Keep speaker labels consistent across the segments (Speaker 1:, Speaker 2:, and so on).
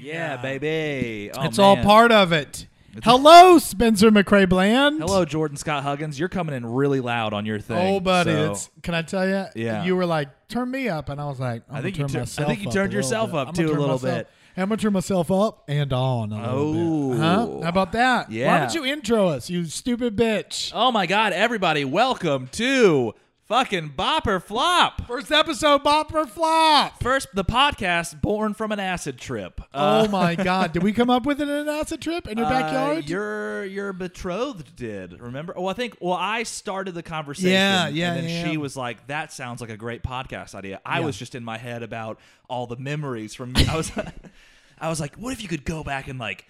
Speaker 1: Yeah, baby. Oh,
Speaker 2: it's all
Speaker 1: man.
Speaker 2: part of it. Hello, Spencer McRae Bland.
Speaker 1: Hello, Jordan Scott Huggins. You're coming in really loud on your thing.
Speaker 2: Oh, buddy,
Speaker 1: so-
Speaker 2: it's, can I tell you?
Speaker 1: Yeah.
Speaker 2: You were like, turn me up, and I was like, I'm
Speaker 1: I think you
Speaker 2: gonna turn
Speaker 1: tur- I
Speaker 2: myself
Speaker 1: think you
Speaker 2: up
Speaker 1: turned
Speaker 2: a little
Speaker 1: yourself
Speaker 2: bit.
Speaker 1: up,
Speaker 2: I'm
Speaker 1: too,
Speaker 2: gonna
Speaker 1: a
Speaker 2: turn
Speaker 1: little
Speaker 2: myself-
Speaker 1: bit.
Speaker 2: I'm gonna turn myself up and on a little bit.
Speaker 1: Oh.
Speaker 2: Huh? How about that? Why
Speaker 1: Yeah.
Speaker 2: don't you intro us, you stupid bitch?
Speaker 1: oh my God, everybody, welcome to fucking Bopper Flop.
Speaker 2: First episode, bop or flop.
Speaker 1: First, the podcast born from an acid trip. Uh,
Speaker 2: oh my God! Did we come up with it in an acid trip in your
Speaker 1: uh,
Speaker 2: backyard?
Speaker 1: your your betrothed did remember? Oh, I think. Well, I started the conversation.
Speaker 2: Yeah, yeah,
Speaker 1: And then
Speaker 2: yeah,
Speaker 1: she
Speaker 2: yeah.
Speaker 1: was like, "That sounds like a great podcast idea." I
Speaker 2: Yeah.
Speaker 1: was just in my head about all the memories from. I was, I was like, "What if you could go back and like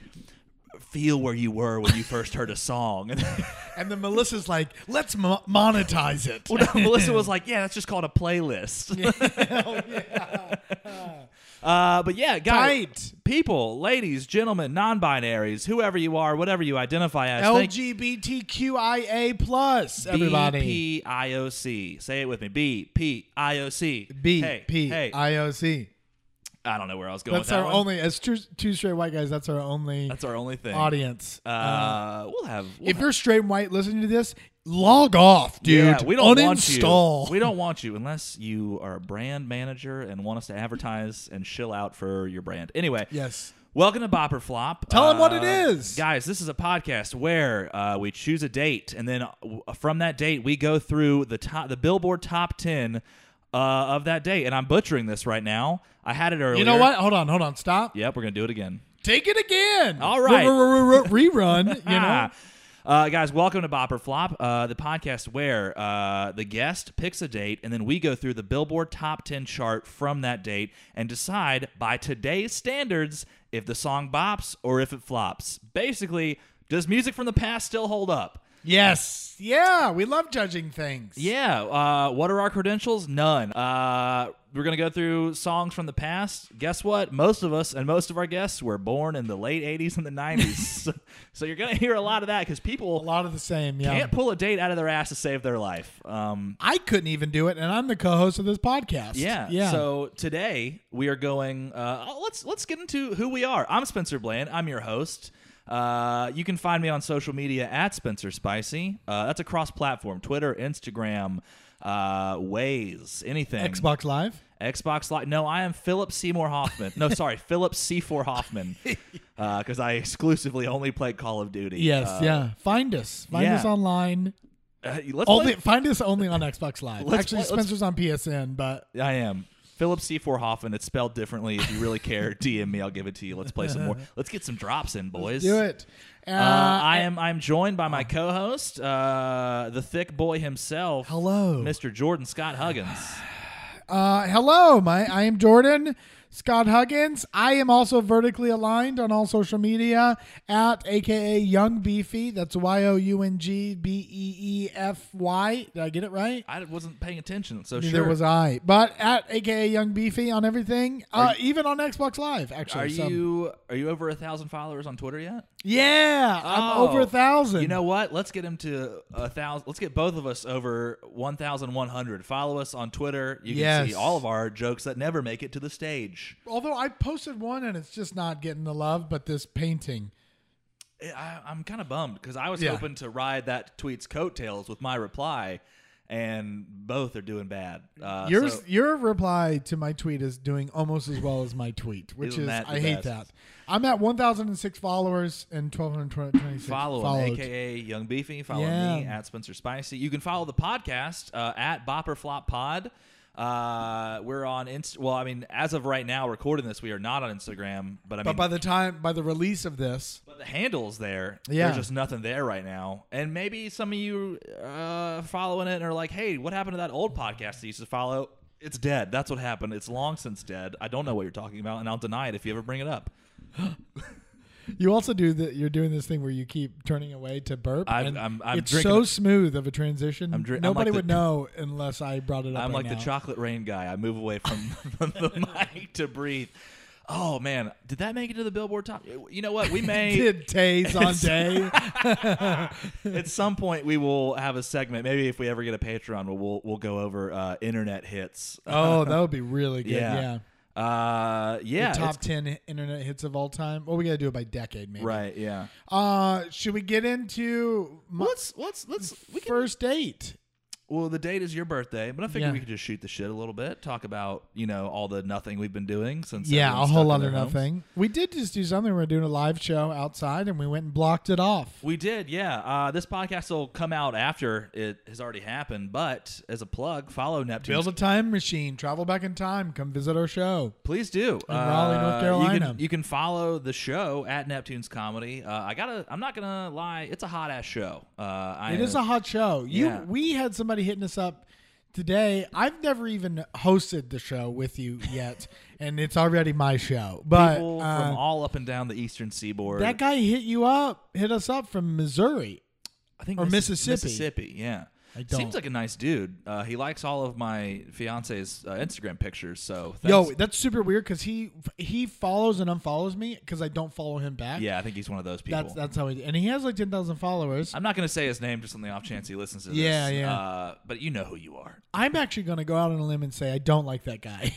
Speaker 1: feel where you were when you first heard a song?"
Speaker 2: and
Speaker 1: And
Speaker 2: then Melissa's like, "Let's mo- monetize it."
Speaker 1: Well, no, Melissa was like, "Yeah, that's just called a playlist." uh, but yeah, guys,
Speaker 2: Tight.
Speaker 1: people, ladies, gentlemen, non-binaries, whoever you are, whatever you identify as, thank
Speaker 2: LGBTQIA plus everybody.
Speaker 1: BPIOC. Say it with me. B P I O C.
Speaker 2: B
Speaker 1: Hey,
Speaker 2: P
Speaker 1: hey.
Speaker 2: I O C.
Speaker 1: I don't know where I was going
Speaker 2: That's
Speaker 1: with that
Speaker 2: our
Speaker 1: one.
Speaker 2: only. As two, two straight white guys, that's our only
Speaker 1: that's our only thing.
Speaker 2: audience.
Speaker 1: Uh, we'll have. We'll
Speaker 2: if
Speaker 1: have-
Speaker 2: you're straight and white listening to this, log off, dude.
Speaker 1: yeah, we don't
Speaker 2: Uninstall.
Speaker 1: want you. We don't want you unless you are a brand manager and want us to advertise and shill out for your brand. Anyway,
Speaker 2: Yes.
Speaker 1: Welcome to Bopper Flop. Uh,
Speaker 2: Tell 'em what it is.
Speaker 1: guys. This is a podcast where uh, we choose a date, and then uh, w- from that date, we go through the top, the Billboard top ten uh, of that date. And I'm butchering this right now. I had it earlier.
Speaker 2: You know what? Hold on, hold on, stop.
Speaker 1: Yep, we're gonna do it again.
Speaker 2: Take it again.
Speaker 1: All right.
Speaker 2: Rerun. You know.
Speaker 1: Ah. Uh, guys, welcome to Bopper Flop, uh, the podcast where uh, the guest picks a date, and then we go through the Billboard Top 10 chart from that date and decide by today's standards if the song bops or if it flops. Basically, does music from the past still hold up?
Speaker 2: Yes. Yeah. We love judging things.
Speaker 1: Yeah. Uh, what are our credentials? None. Uh, we're going to go through songs from the past. Guess what? Most of us and most of our guests were born in the late 80s and the 90s. so, so you're going to hear a lot of that because
Speaker 2: A
Speaker 1: people
Speaker 2: lot of the same. Yeah.
Speaker 1: can't pull a date out of their ass to save their life. Um,
Speaker 2: I couldn't even do it, and I'm the co-host of this podcast.
Speaker 1: yeah.
Speaker 2: Yeah.
Speaker 1: So today we are going. Uh, oh, let's let's get into who we are. I'm Spencer Bland. I'm your host. Uh, you can find me on social media at Spencer Spicy. Uh, that's across platform: Twitter, Instagram, uh, Waze, anything.
Speaker 2: Xbox Live.
Speaker 1: Xbox Live. No, I am Philip Seymour Hoffman. No, sorry, Philip C4 Hoffman, because I exclusively only play Call of Duty.
Speaker 2: Yes.
Speaker 1: Uh,
Speaker 2: yeah. Find us. Find
Speaker 1: yeah.
Speaker 2: us online.
Speaker 1: uh, let's
Speaker 2: Only
Speaker 1: play-
Speaker 2: find us only on Xbox Live.
Speaker 1: Let's
Speaker 2: Actually,
Speaker 1: play- let's-
Speaker 2: Spencer's on PSN, but
Speaker 1: I am. Philip C4 Hoffman. It's spelled differently. If you really care, DM me. I'll give it to you. Let's play some more. Let's get some drops in, boys.
Speaker 2: do it. Uh,
Speaker 1: Uh, I am. I'm joined by my co-host, uh, the thick boy himself.
Speaker 2: Hello.
Speaker 1: Mr. Jordan Scott Huggins.
Speaker 2: Uh, hello, my I am Jordan Scott Huggins. I am also vertically aligned on all social media at AKA Young Beefy. That's Y O U N G B E E F Y. Did I get it right?
Speaker 1: I wasn't paying attention, so
Speaker 2: Neither
Speaker 1: sure.
Speaker 2: was I. But at AKA Young Beefy on everything, uh, even on Xbox Live. Actually,
Speaker 1: are
Speaker 2: So-
Speaker 1: you are you over a thousand followers on Twitter yet?
Speaker 2: Yeah, I'm over
Speaker 1: Oh.
Speaker 2: a thousand.
Speaker 1: You know what? Let's get him to a thousand. Let's get both of us over one thousand one hundred. Follow us on Twitter. You can
Speaker 2: Yes.
Speaker 1: see all of our jokes that never make it to the stage.
Speaker 2: although I posted one and it's just not getting the love, but this painting.
Speaker 1: I, I'm kind of bummed because I was
Speaker 2: Yeah.
Speaker 1: hoping to ride that tweet's coattails with my reply, and both are doing bad. Uh,
Speaker 2: Yours,
Speaker 1: so-
Speaker 2: your reply to my tweet is doing almost as well as my tweet, which
Speaker 1: Isn't
Speaker 2: is
Speaker 1: that the
Speaker 2: I hate that.
Speaker 1: best?
Speaker 2: I'm at 1,006 followers and 1,226
Speaker 1: follow him,
Speaker 2: followed.
Speaker 1: aka Young Beefy. Follow me
Speaker 2: Yeah.
Speaker 1: at Spencer Spicy. You can follow the podcast uh, at Bopper Flop Pod. Uh, we're on Inst. Well, I mean, as of right now, recording this, we are not on Instagram, but I mean,
Speaker 2: But by the time, by the release of this,
Speaker 1: But the handle's there.
Speaker 2: Yeah.
Speaker 1: There's just nothing there right now. And maybe some of you uh, following it and are like, hey, what happened to that old podcast that you used to follow? It's dead. That's what happened. It's long since dead. I don't know what you're talking about, and I'll deny it if you ever bring it up.
Speaker 2: you also do that. You're doing this thing where you keep turning away to burp.
Speaker 1: I'm-
Speaker 2: and
Speaker 1: I'm- I'm
Speaker 2: it's
Speaker 1: drinking
Speaker 2: so
Speaker 1: it.
Speaker 2: smooth of a transition.
Speaker 1: I'm drink- I'm
Speaker 2: Nobody
Speaker 1: like
Speaker 2: would
Speaker 1: the-
Speaker 2: know unless I brought it up.
Speaker 1: I'm
Speaker 2: right
Speaker 1: like the
Speaker 2: now.
Speaker 1: chocolate rain guy. I move away from from the mic to breathe. Oh, man. Did that make it to the Billboard top? You know what? We may.
Speaker 2: Did Taze on day.
Speaker 1: At some point, we will have a segment. Maybe if we ever get a Patreon, we'll we'll, we'll go over uh, internet hits.
Speaker 2: Oh, that would be really good. Oh, Yeah.
Speaker 1: Yeah. Uh, yeah,
Speaker 2: the
Speaker 1: it's-
Speaker 2: top 10 internet hits of all time. Well, we got to do it by decade, maybe.
Speaker 1: right. Yeah.
Speaker 2: Uh, should we get into my
Speaker 1: Let's let's let's we can.
Speaker 2: first date?
Speaker 1: Well, the date is your birthday, but I figured
Speaker 2: Yeah.
Speaker 1: we could just shoot the shit a little bit, talk about you know all the nothing we've been doing since.
Speaker 2: Yeah, a
Speaker 1: everyone's
Speaker 2: whole
Speaker 1: stuck
Speaker 2: lot
Speaker 1: in
Speaker 2: of
Speaker 1: their homes.
Speaker 2: nothing. We did just do something. We were doing a live show outside, and we went and blocked it off.
Speaker 1: We did, yeah. Uh, this podcast will come out after it has already happened, but as a plug, follow Neptune.
Speaker 2: Build a time machine, travel back in time, come visit our show.
Speaker 1: Please do. Uh,
Speaker 2: In Raleigh, North
Speaker 1: You
Speaker 2: Carolina.
Speaker 1: can, you can follow the show at Neptune's Comedy. Uh, I gotta. I'm not gonna lie. It's a hot ass show. Uh, I,
Speaker 2: It is a hot show. You,
Speaker 1: Yeah.
Speaker 2: we had somebody hitting us up today. I've never even hosted the show with you yet, and it's already my show. But
Speaker 1: people
Speaker 2: uh,
Speaker 1: from all up and down the Eastern Seaboard.
Speaker 2: that guy hit you up, hit us up from Missouri.
Speaker 1: I think
Speaker 2: or
Speaker 1: Missis-
Speaker 2: Mississippi.
Speaker 1: Mississippi. Yeah.
Speaker 2: I don't-
Speaker 1: Seems like a nice dude. Uh, he likes all of my fiance's uh, Instagram pictures. So thanks.
Speaker 2: Yo, that's super weird because he he follows and unfollows me because I don't follow him back.
Speaker 1: yeah, I think he's one of those people.
Speaker 2: That's that's how he and he has like ten thousand followers.
Speaker 1: I'm not going to say his name just on the off chance he listens to this.
Speaker 2: Yeah, yeah.
Speaker 1: Uh, but you know who you are.
Speaker 2: I'm actually gonna go out on a limb and say I don't like that guy.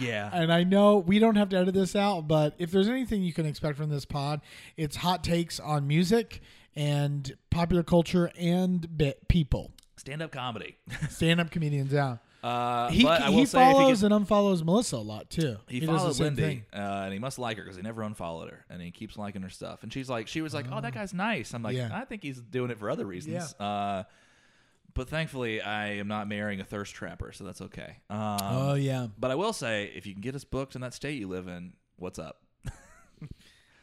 Speaker 1: Yeah.
Speaker 2: and I know we don't have to edit this out, but if there's anything you can expect from this pod, it's hot takes on music and popular culture and bit people.
Speaker 1: Stand up comedy.
Speaker 2: Stand up comedians, yeah.
Speaker 1: Uh,
Speaker 2: He,
Speaker 1: but I will
Speaker 2: he
Speaker 1: say if he
Speaker 2: follows
Speaker 1: gets-
Speaker 2: and unfollows Melissa a lot too.
Speaker 1: He,
Speaker 2: does the
Speaker 1: followed
Speaker 2: same
Speaker 1: Lindy,
Speaker 2: thing.
Speaker 1: uh, and he must like her because he never unfollowed her, and he keeps liking her stuff. And she's like, she was like, "Oh, that guy's nice." I'm like,
Speaker 2: Yeah.
Speaker 1: I think he's doing it for other reasons. Uh, but thankfully, I am not marrying a thirst trapper, so that's okay. Um,
Speaker 2: Oh yeah,
Speaker 1: But I will say, if you can get us booked in that state you live in, what's up?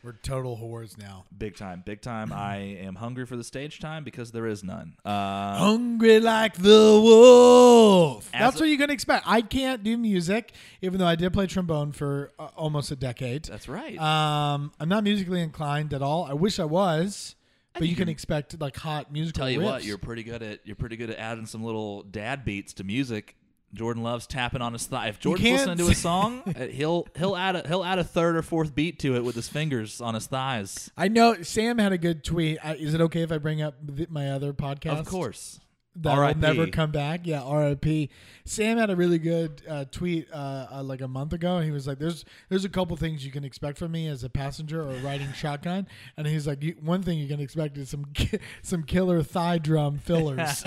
Speaker 2: we're total whores now.
Speaker 1: Big time, big time. I am hungry for the stage time because there is none. Uh,
Speaker 2: Hungry like the wolf.
Speaker 1: As
Speaker 2: That's
Speaker 1: a-
Speaker 2: what you can expect. I can't do music, even though I did play trombone for uh, almost a decade.
Speaker 1: that's right.
Speaker 2: Um, I'm not musically inclined at all. I wish I was, but you
Speaker 1: think
Speaker 2: can
Speaker 1: you're-
Speaker 2: expect like hot musical.
Speaker 1: Tell you what,
Speaker 2: riffs.
Speaker 1: you're pretty good at you're pretty good at adding some little dad beats to music. Jordan loves tapping on his thigh. If Jordan's
Speaker 2: can't
Speaker 1: listening to a
Speaker 2: say-
Speaker 1: song, uh, he'll he'll add a he'll add a third or fourth beat to it with his fingers on his thighs.
Speaker 2: I know Sam had a good tweet. I, is it okay if I bring up th- my other podcast?
Speaker 1: Of course.
Speaker 2: that will
Speaker 1: R.I.P..
Speaker 2: never come back. Yeah, R.I.P. Sam had a really good uh, tweet uh, uh, like a month ago, and he was like, "There's there's a couple things you can expect from me as a passenger or riding shotgun," and he's like, you, "One thing you can expect is some ki- some killer thigh drum fillers."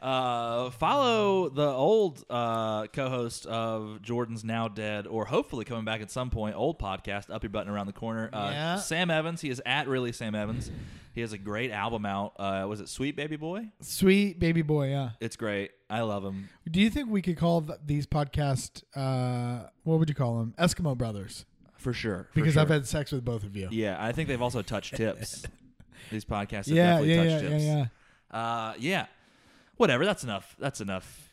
Speaker 1: Uh, follow the old uh, co-host of Jordan's now dead, or hopefully coming back at some point. Old podcast, up your button around the corner. Uh,
Speaker 2: Yeah.
Speaker 1: Sam Evans. He is at really Sam Evans. He has a great album out. Uh, was it Sweet Baby Boy?
Speaker 2: Sweet baby boy, yeah.
Speaker 1: It's great. I love him.
Speaker 2: Do you think we could call th- these podcasts uh, what would you call them? Eskimo brothers,
Speaker 1: For sure. for
Speaker 2: because I've
Speaker 1: sure.
Speaker 2: had sex with both of you.
Speaker 1: Yeah, I think they've also touched tips. These podcasts have
Speaker 2: Yeah,
Speaker 1: definitely
Speaker 2: yeah, yeah,
Speaker 1: touched
Speaker 2: yeah,
Speaker 1: tips.
Speaker 2: yeah.
Speaker 1: Uh yeah. Whatever, that's enough. That's enough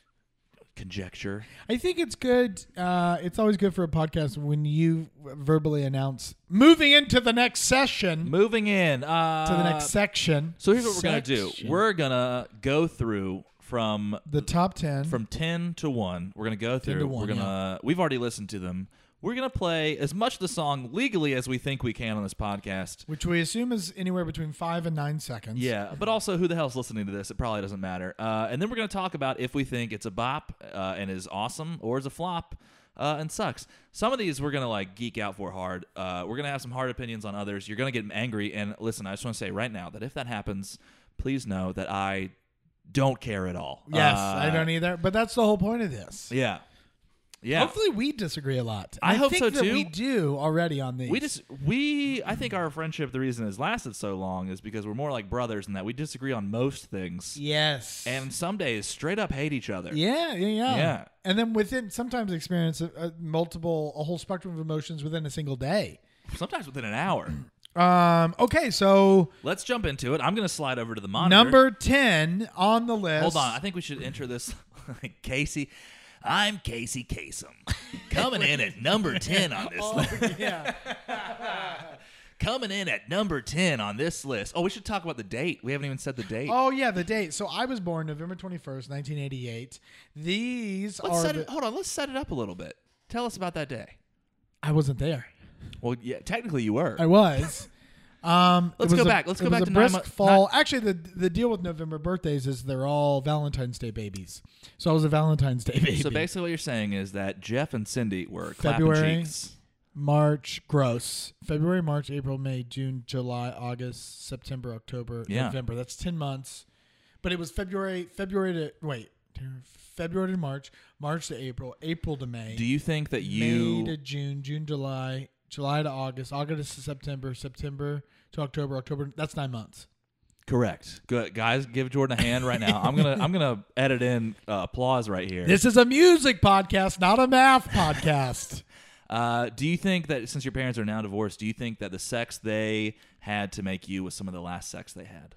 Speaker 1: conjecture.
Speaker 2: I think it's good. Uh, it's always good for a podcast when you verbally announce moving into the next session.
Speaker 1: Moving in. Uh
Speaker 2: to the next section.
Speaker 1: So here's what we're going to do.
Speaker 2: Section.
Speaker 1: We're going to go through from
Speaker 2: the top ten.
Speaker 1: from 10 to 1. We're going to go through.
Speaker 2: to 1,
Speaker 1: we're going to we've already listened to them. We're going to play as much of the song legally as we think we can on this podcast.
Speaker 2: which we assume is anywhere between five and nine seconds.
Speaker 1: Yeah, but also who the hell's listening to this? It probably doesn't matter. Uh, and then we're going to talk about if we think it's a bop uh, and is awesome or is a flop uh, and sucks. Some of these we're going to like geek out for hard. Uh, we're going to have some hard opinions on others. You're going to get angry. And listen, I just want to say right now that if that happens, please know that I don't care at all.
Speaker 2: Yes,
Speaker 1: Uh,
Speaker 2: I don't either. But that's the whole point of this.
Speaker 1: Yeah. Yeah.
Speaker 2: Hopefully, we disagree a lot.
Speaker 1: I hope
Speaker 2: think
Speaker 1: so,
Speaker 2: that
Speaker 1: too.
Speaker 2: We do already on these.
Speaker 1: We just we I think our friendship the reason it's lasted so long is because we're more like brothers in that we disagree on most things
Speaker 2: yes.
Speaker 1: and some days straight up hate each other.
Speaker 2: yeah, yeah, yeah,
Speaker 1: Yeah.
Speaker 2: And then within sometimes experience a, a multiple a whole spectrum of emotions within a single day.
Speaker 1: sometimes within an hour.
Speaker 2: Um. Okay, so
Speaker 1: Let's jump into it. I'm going to slide over to the monitor.
Speaker 2: number ten on the list.
Speaker 1: Hold on. I think we should enter this. Casey, I'm Casey Kasem. Coming in at number 10 on
Speaker 2: Oh.
Speaker 1: this list.
Speaker 2: yeah.
Speaker 1: Coming in at number 10 on this list. Oh, we should talk about the date. We haven't even said the date.
Speaker 2: Oh yeah, the date. So I was born November twenty first, nineteen eighty eight. These
Speaker 1: let's
Speaker 2: are.
Speaker 1: set
Speaker 2: the-
Speaker 1: it, hold on. Let's set it up a little bit. Tell us about that day.
Speaker 2: I wasn't there.
Speaker 1: Well, yeah, technically you were.
Speaker 2: I was. Um,
Speaker 1: Let's
Speaker 2: it was
Speaker 1: go
Speaker 2: a-
Speaker 1: back. Let's
Speaker 2: it
Speaker 1: go
Speaker 2: was
Speaker 1: back
Speaker 2: a
Speaker 1: to nine
Speaker 2: brisk
Speaker 1: month-
Speaker 2: fall. Actually, the the deal with November birthdays is they're all Valentine's Day babies. So I was a Valentine's Day baby.
Speaker 1: So basically, what you're saying is that Jeff and Cindy were clapping
Speaker 2: February.
Speaker 1: cheeks.
Speaker 2: March gross. February, March, April, May, June, July, August, September, October,
Speaker 1: Yeah.
Speaker 2: November. That's ten months. But it was February, February to wait, February to March, March to April, April to May,
Speaker 1: Do you think that
Speaker 2: May
Speaker 1: you
Speaker 2: to June, June, July, July to August, August to September, September to October, October. That's nine months.
Speaker 1: correct? Good guys, give Jordan a hand right now. I'm gonna I'm gonna edit in uh, applause right here.
Speaker 2: This is a music podcast, not a math podcast.
Speaker 1: Uh, do you think that since your parents are now divorced, do you think that the sex they had to make you was some of the last sex they had?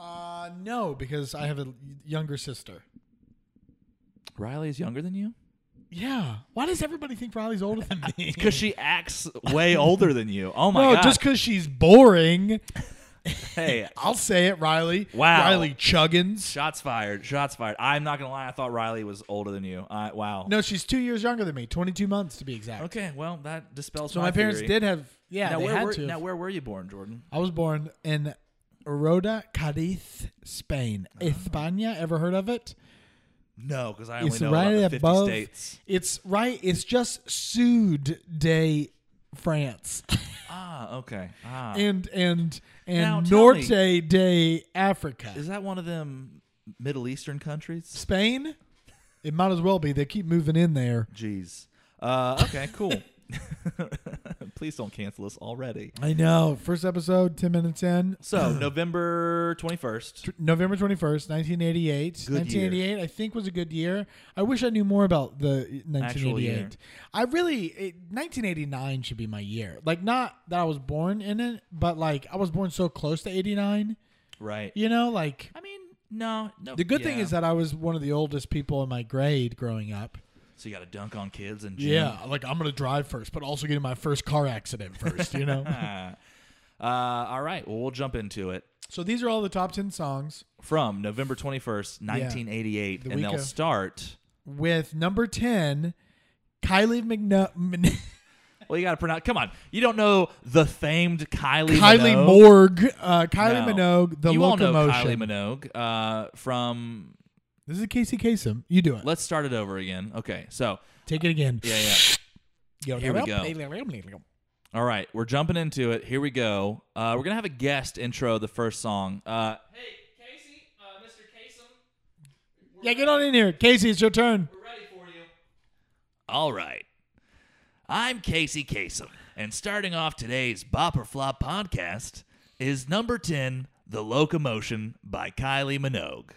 Speaker 2: uh, no, because I have a younger sister.
Speaker 1: Riley is younger than you
Speaker 2: Yeah. Why does everybody think Riley's older than me?
Speaker 1: because she acts way older than you. Oh my
Speaker 2: No,
Speaker 1: god!
Speaker 2: just because she's boring.
Speaker 1: hey,
Speaker 2: I'll say it, Riley.
Speaker 1: Wow.
Speaker 2: Riley Chuggins.
Speaker 1: shots fired, shots fired. I'm not gonna lie, I thought Riley was older than you. I wow.
Speaker 2: No, she's two years younger than me, 22 months to be exact.
Speaker 1: Okay, well that dispels.
Speaker 2: So my, parents
Speaker 1: theory.
Speaker 2: did have, yeah,
Speaker 1: now
Speaker 2: they
Speaker 1: where
Speaker 2: had
Speaker 1: were
Speaker 2: to.
Speaker 1: now where were you born, Jordan?
Speaker 2: I was born in Roda, Cadiz, Spain.
Speaker 1: Oh.
Speaker 2: España, ever heard of it?
Speaker 1: No, because I
Speaker 2: It's right above. It's right. It's just Sud de France
Speaker 1: Ah, okay. Ah,
Speaker 2: and and
Speaker 1: Now,
Speaker 2: and
Speaker 1: tell me-
Speaker 2: Norte de Africa.
Speaker 1: is that one of them Middle Eastern countries?
Speaker 2: Spain. It might as well be. They keep moving in there.
Speaker 1: Jeez. Uh, okay, cool. Please don't cancel us already.
Speaker 2: I know. First episode, 10 minutes in.
Speaker 1: So November twenty first.
Speaker 2: Tr- November 21st, 1988.
Speaker 1: Good
Speaker 2: 1988, I think, was a good year. I wish I knew more about the
Speaker 1: Actual year.
Speaker 2: 1988. I really, it, 1989 should be my year. Like, not that I was born in it, but like, I was born so close to 89.
Speaker 1: Right.
Speaker 2: You know, like,
Speaker 1: I mean, no, no.
Speaker 2: the good thing
Speaker 1: yeah.
Speaker 2: is that I was one of the oldest people in my grade growing up.
Speaker 1: so you got to dunk on kids and gym.
Speaker 2: Yeah, like, I'm going to drive first, but also get in my first car accident first, you know?
Speaker 1: Ah. Uh, all right. Well, we'll jump into it
Speaker 2: so, these are all the top 10 songs.
Speaker 1: from November twenty first, nineteen eighty eight,
Speaker 2: The
Speaker 1: and
Speaker 2: week
Speaker 1: they'll
Speaker 2: of-
Speaker 1: start.
Speaker 2: with number 10 Kylie Minogue
Speaker 1: Well, you got to pronounce. Come on, you don't know the famed Kylie.
Speaker 2: Kylie
Speaker 1: Minogue?
Speaker 2: Morgue uh, Kylie
Speaker 1: No.
Speaker 2: Minogue the
Speaker 1: you
Speaker 2: locomotion
Speaker 1: all know Kylie Minogue uh, from.
Speaker 2: This is Casey Kasem you do it
Speaker 1: Let's start it over again. Okay, so
Speaker 2: take it again
Speaker 1: yeah, yeah. Here we
Speaker 2: go
Speaker 1: All right, we're jumping into it. Here we go. Uh, we're gonna have a guest intro the first song. Uh, hey, Casey, uh, Mr. Kasem,
Speaker 2: yeah get on in here Casey it's your turn
Speaker 1: we're ready for you. All right, I'm Casey Kasem, and starting off today's Bop or Flop podcast is number ten, "The Locomotion" by Kylie Minogue.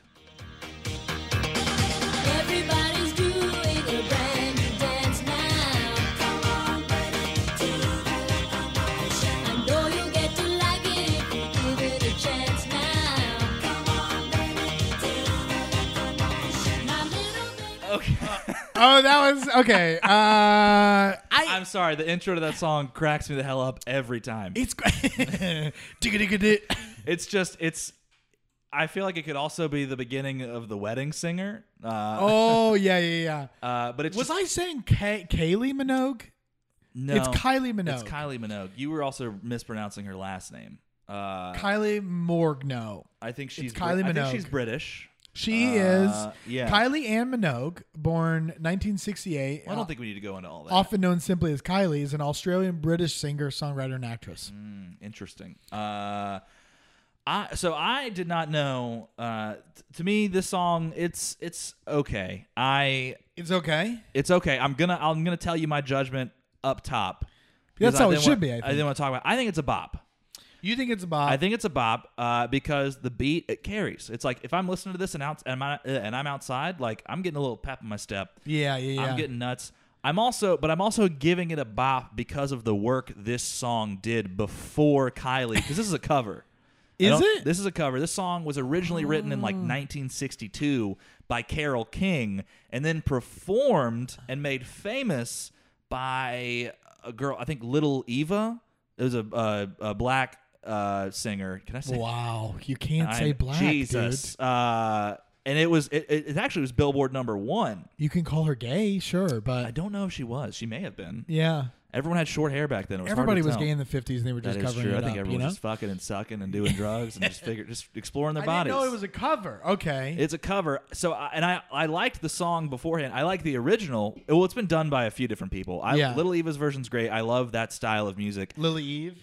Speaker 3: Everybody's doing a brand new dance now. Come on, buddy, do the locomotion. I know you'll get to like it if you give it a chance now. Come on, buddy, do the locomotion. My little baby.
Speaker 1: Okay, Uh,
Speaker 2: oh that was okay uh I
Speaker 1: I'm sorry. The intro to that song cracks me the hell up every time.
Speaker 2: it's great digga digga di-
Speaker 1: It's just it's. I feel like it could also be the beginning of the Wedding Singer. Uh,
Speaker 2: oh yeah yeah yeah
Speaker 1: Uh, but it's
Speaker 2: was
Speaker 1: just,
Speaker 2: I saying Ka- Kylie Minogue
Speaker 1: no,
Speaker 2: it's Kylie Minogue
Speaker 1: It's Kylie Minogue. You were also mispronouncing her last name. Uh,
Speaker 2: Kylie Morgue no
Speaker 1: I think she's
Speaker 2: Kylie
Speaker 1: I think
Speaker 2: Minogue.
Speaker 1: she's British.
Speaker 2: She
Speaker 1: Uh,
Speaker 2: is
Speaker 1: yeah.
Speaker 2: Kylie Ann Minogue, born 1968.
Speaker 1: I don't think we need to go into all that.
Speaker 2: often known simply as Kylie, is an Australian British singer, songwriter, and actress.
Speaker 1: Mm, Interesting. Uh, I so I did not know. Uh, t- to me, this song it's it's okay. I
Speaker 2: It's okay.
Speaker 1: it's okay. I'm gonna I'm gonna tell you my judgment up top. because
Speaker 2: That's how it
Speaker 1: I didn't
Speaker 2: should
Speaker 1: want-
Speaker 2: be, I
Speaker 1: I didn't
Speaker 2: think.
Speaker 1: want to talk about. I think it's a bop.
Speaker 2: You think it's a bop?
Speaker 1: I think it's a bop uh, because the beat it carries. It's like if I'm listening to this and out and I'm, uh, and I'm outside, like I'm getting a little pep in my step.
Speaker 2: yeah, yeah, yeah.
Speaker 1: I'm getting nuts. I'm also, but I'm also giving it a bop because of the work this song did before Kylie. Because this is a cover. I
Speaker 2: Is
Speaker 1: don't-
Speaker 2: it? Oh.
Speaker 1: This is a cover. This song was originally written in like 1962 by Carol King, and then performed and made famous by a girl. I think Little Eva. It was a uh, a black uh, singer. Can I say
Speaker 2: wow, you can't
Speaker 1: I'm-
Speaker 2: say black,
Speaker 1: Jesus. Uh, and it was it, it, it actually was Billboard number one.
Speaker 2: dude. You can call her gay, sure,
Speaker 1: I
Speaker 2: but
Speaker 1: don't know if she was. She may have been.
Speaker 2: yeah.
Speaker 1: Everyone had short hair back then. It was hard to
Speaker 2: Everybody was
Speaker 1: tell.
Speaker 2: gay in the 50s and they were just
Speaker 1: That is
Speaker 2: covering
Speaker 1: true.
Speaker 2: it
Speaker 1: I think
Speaker 2: up,
Speaker 1: everyone
Speaker 2: you know?
Speaker 1: was just fucking and sucking and doing drugs and just figure, just exploring their
Speaker 2: I
Speaker 1: bodies.
Speaker 2: didn't know it was a cover. Okay.
Speaker 1: It's a cover. So, I, and I, I liked the song beforehand. I like the original. Well, it's been done by a few different people. I,
Speaker 2: Yeah.
Speaker 1: Little Eva's version's great. I love that style of music.
Speaker 2: Lily Eve.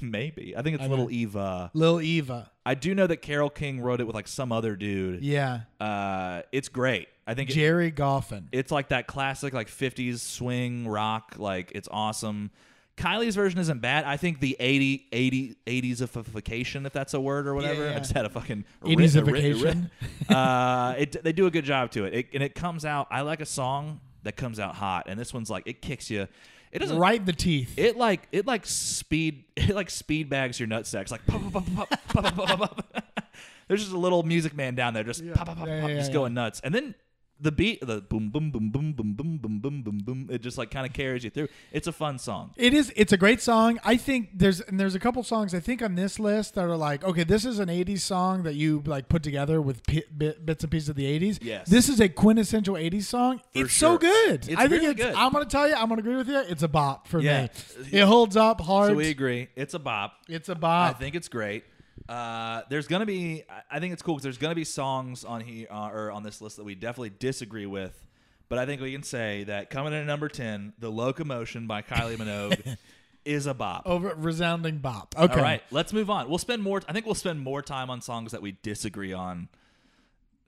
Speaker 1: Maybe I think it's
Speaker 2: I
Speaker 1: Little
Speaker 2: know.
Speaker 1: Eva.
Speaker 2: Lil Eva.
Speaker 1: I do know that Carol King wrote it with like some other dude.
Speaker 2: Yeah.
Speaker 1: Uh, it's great. I think it-
Speaker 2: Jerry Goffin.
Speaker 1: it's like that classic like 50s swing rock like it's awesome kylie's version isn't bad i think the 80 80 80s ification if that's a word or whatever
Speaker 2: yeah.
Speaker 1: i just had a fucking
Speaker 2: 80s
Speaker 1: ri- ri- ri-
Speaker 2: ification.
Speaker 1: uh it, they do a good job to it. it and it comes out i like a song that comes out hot and this one's like it kicks you it doesn't
Speaker 2: right in the teeth.
Speaker 1: it like it like speed it like speed bags your nut sacks like pop pop pop pop pop pop pop pop. There's just a little music man down there just pop pop pop
Speaker 2: Yeah,
Speaker 1: pop
Speaker 2: yeah,
Speaker 1: just
Speaker 2: yeah.
Speaker 1: going nuts. And then the beat the boom boom boom boom boom boom boom boom boom boom it just like kind of carries you through. It's a fun song.
Speaker 2: It is. It's a great song. I think there's and there's a couple songs I think on this list that are like, okay, this is an '80s song that you like put together with pi bit, bits and pieces of the '80s.
Speaker 1: Yes.
Speaker 2: This is a quintessential '80s song. it's so
Speaker 1: sure.
Speaker 2: good.
Speaker 1: It's
Speaker 2: I think
Speaker 1: really
Speaker 2: it's.
Speaker 1: good.
Speaker 2: I'm gonna tell you. I'm gonna agree with you. It's a bop for
Speaker 1: Yeah.
Speaker 2: me. It holds up hard.
Speaker 1: So we agree. It's a bop.
Speaker 2: it's a
Speaker 1: I
Speaker 2: bop.
Speaker 1: think it's great. Uh, there's gonna be I- I think it's cool because there's gonna be songs on here uh, or on this list that we definitely disagree with. But I think we can say that coming in at number ten, "The Locomotion" by Kylie Minogue is a bop.
Speaker 2: Over resounding bop. Okay.
Speaker 1: All right, let's move on. We'll spend more. I think we'll spend more time on songs that we disagree on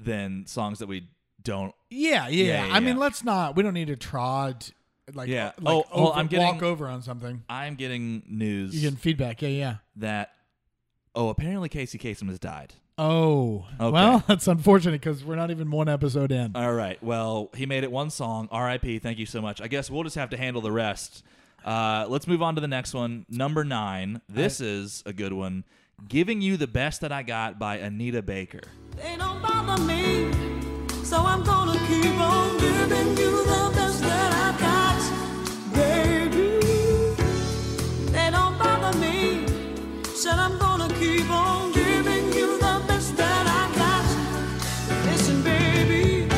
Speaker 1: than songs that we don't.
Speaker 2: Yeah, yeah.
Speaker 1: Yeah, yeah,
Speaker 2: I mean,
Speaker 1: yeah.
Speaker 2: let's not. We don't need to trod. Like,
Speaker 1: Yeah.
Speaker 2: like
Speaker 1: Oh, well,
Speaker 2: over-
Speaker 1: I'm getting-
Speaker 2: walk over on something.
Speaker 1: I'm getting news
Speaker 2: You getting feedback? Yeah, yeah.
Speaker 1: that oh, apparently Casey Kasem has died.
Speaker 2: Oh,
Speaker 1: Okay.
Speaker 2: well, that's unfortunate because we're not even one episode in.
Speaker 1: All right. Well, he made it one song. R.I.P. Thank you so much. I guess we'll just have to handle the rest. Uh, let's move on to the next one. Number nine. This is a good one. Giving you the best that I got by Anita Baker.
Speaker 4: They don't bother me, so I'm gonna keep on giving you the best that I got, baby. They don't bother me, said I'm gonna keep on giving you the best that I got. Listen, baby.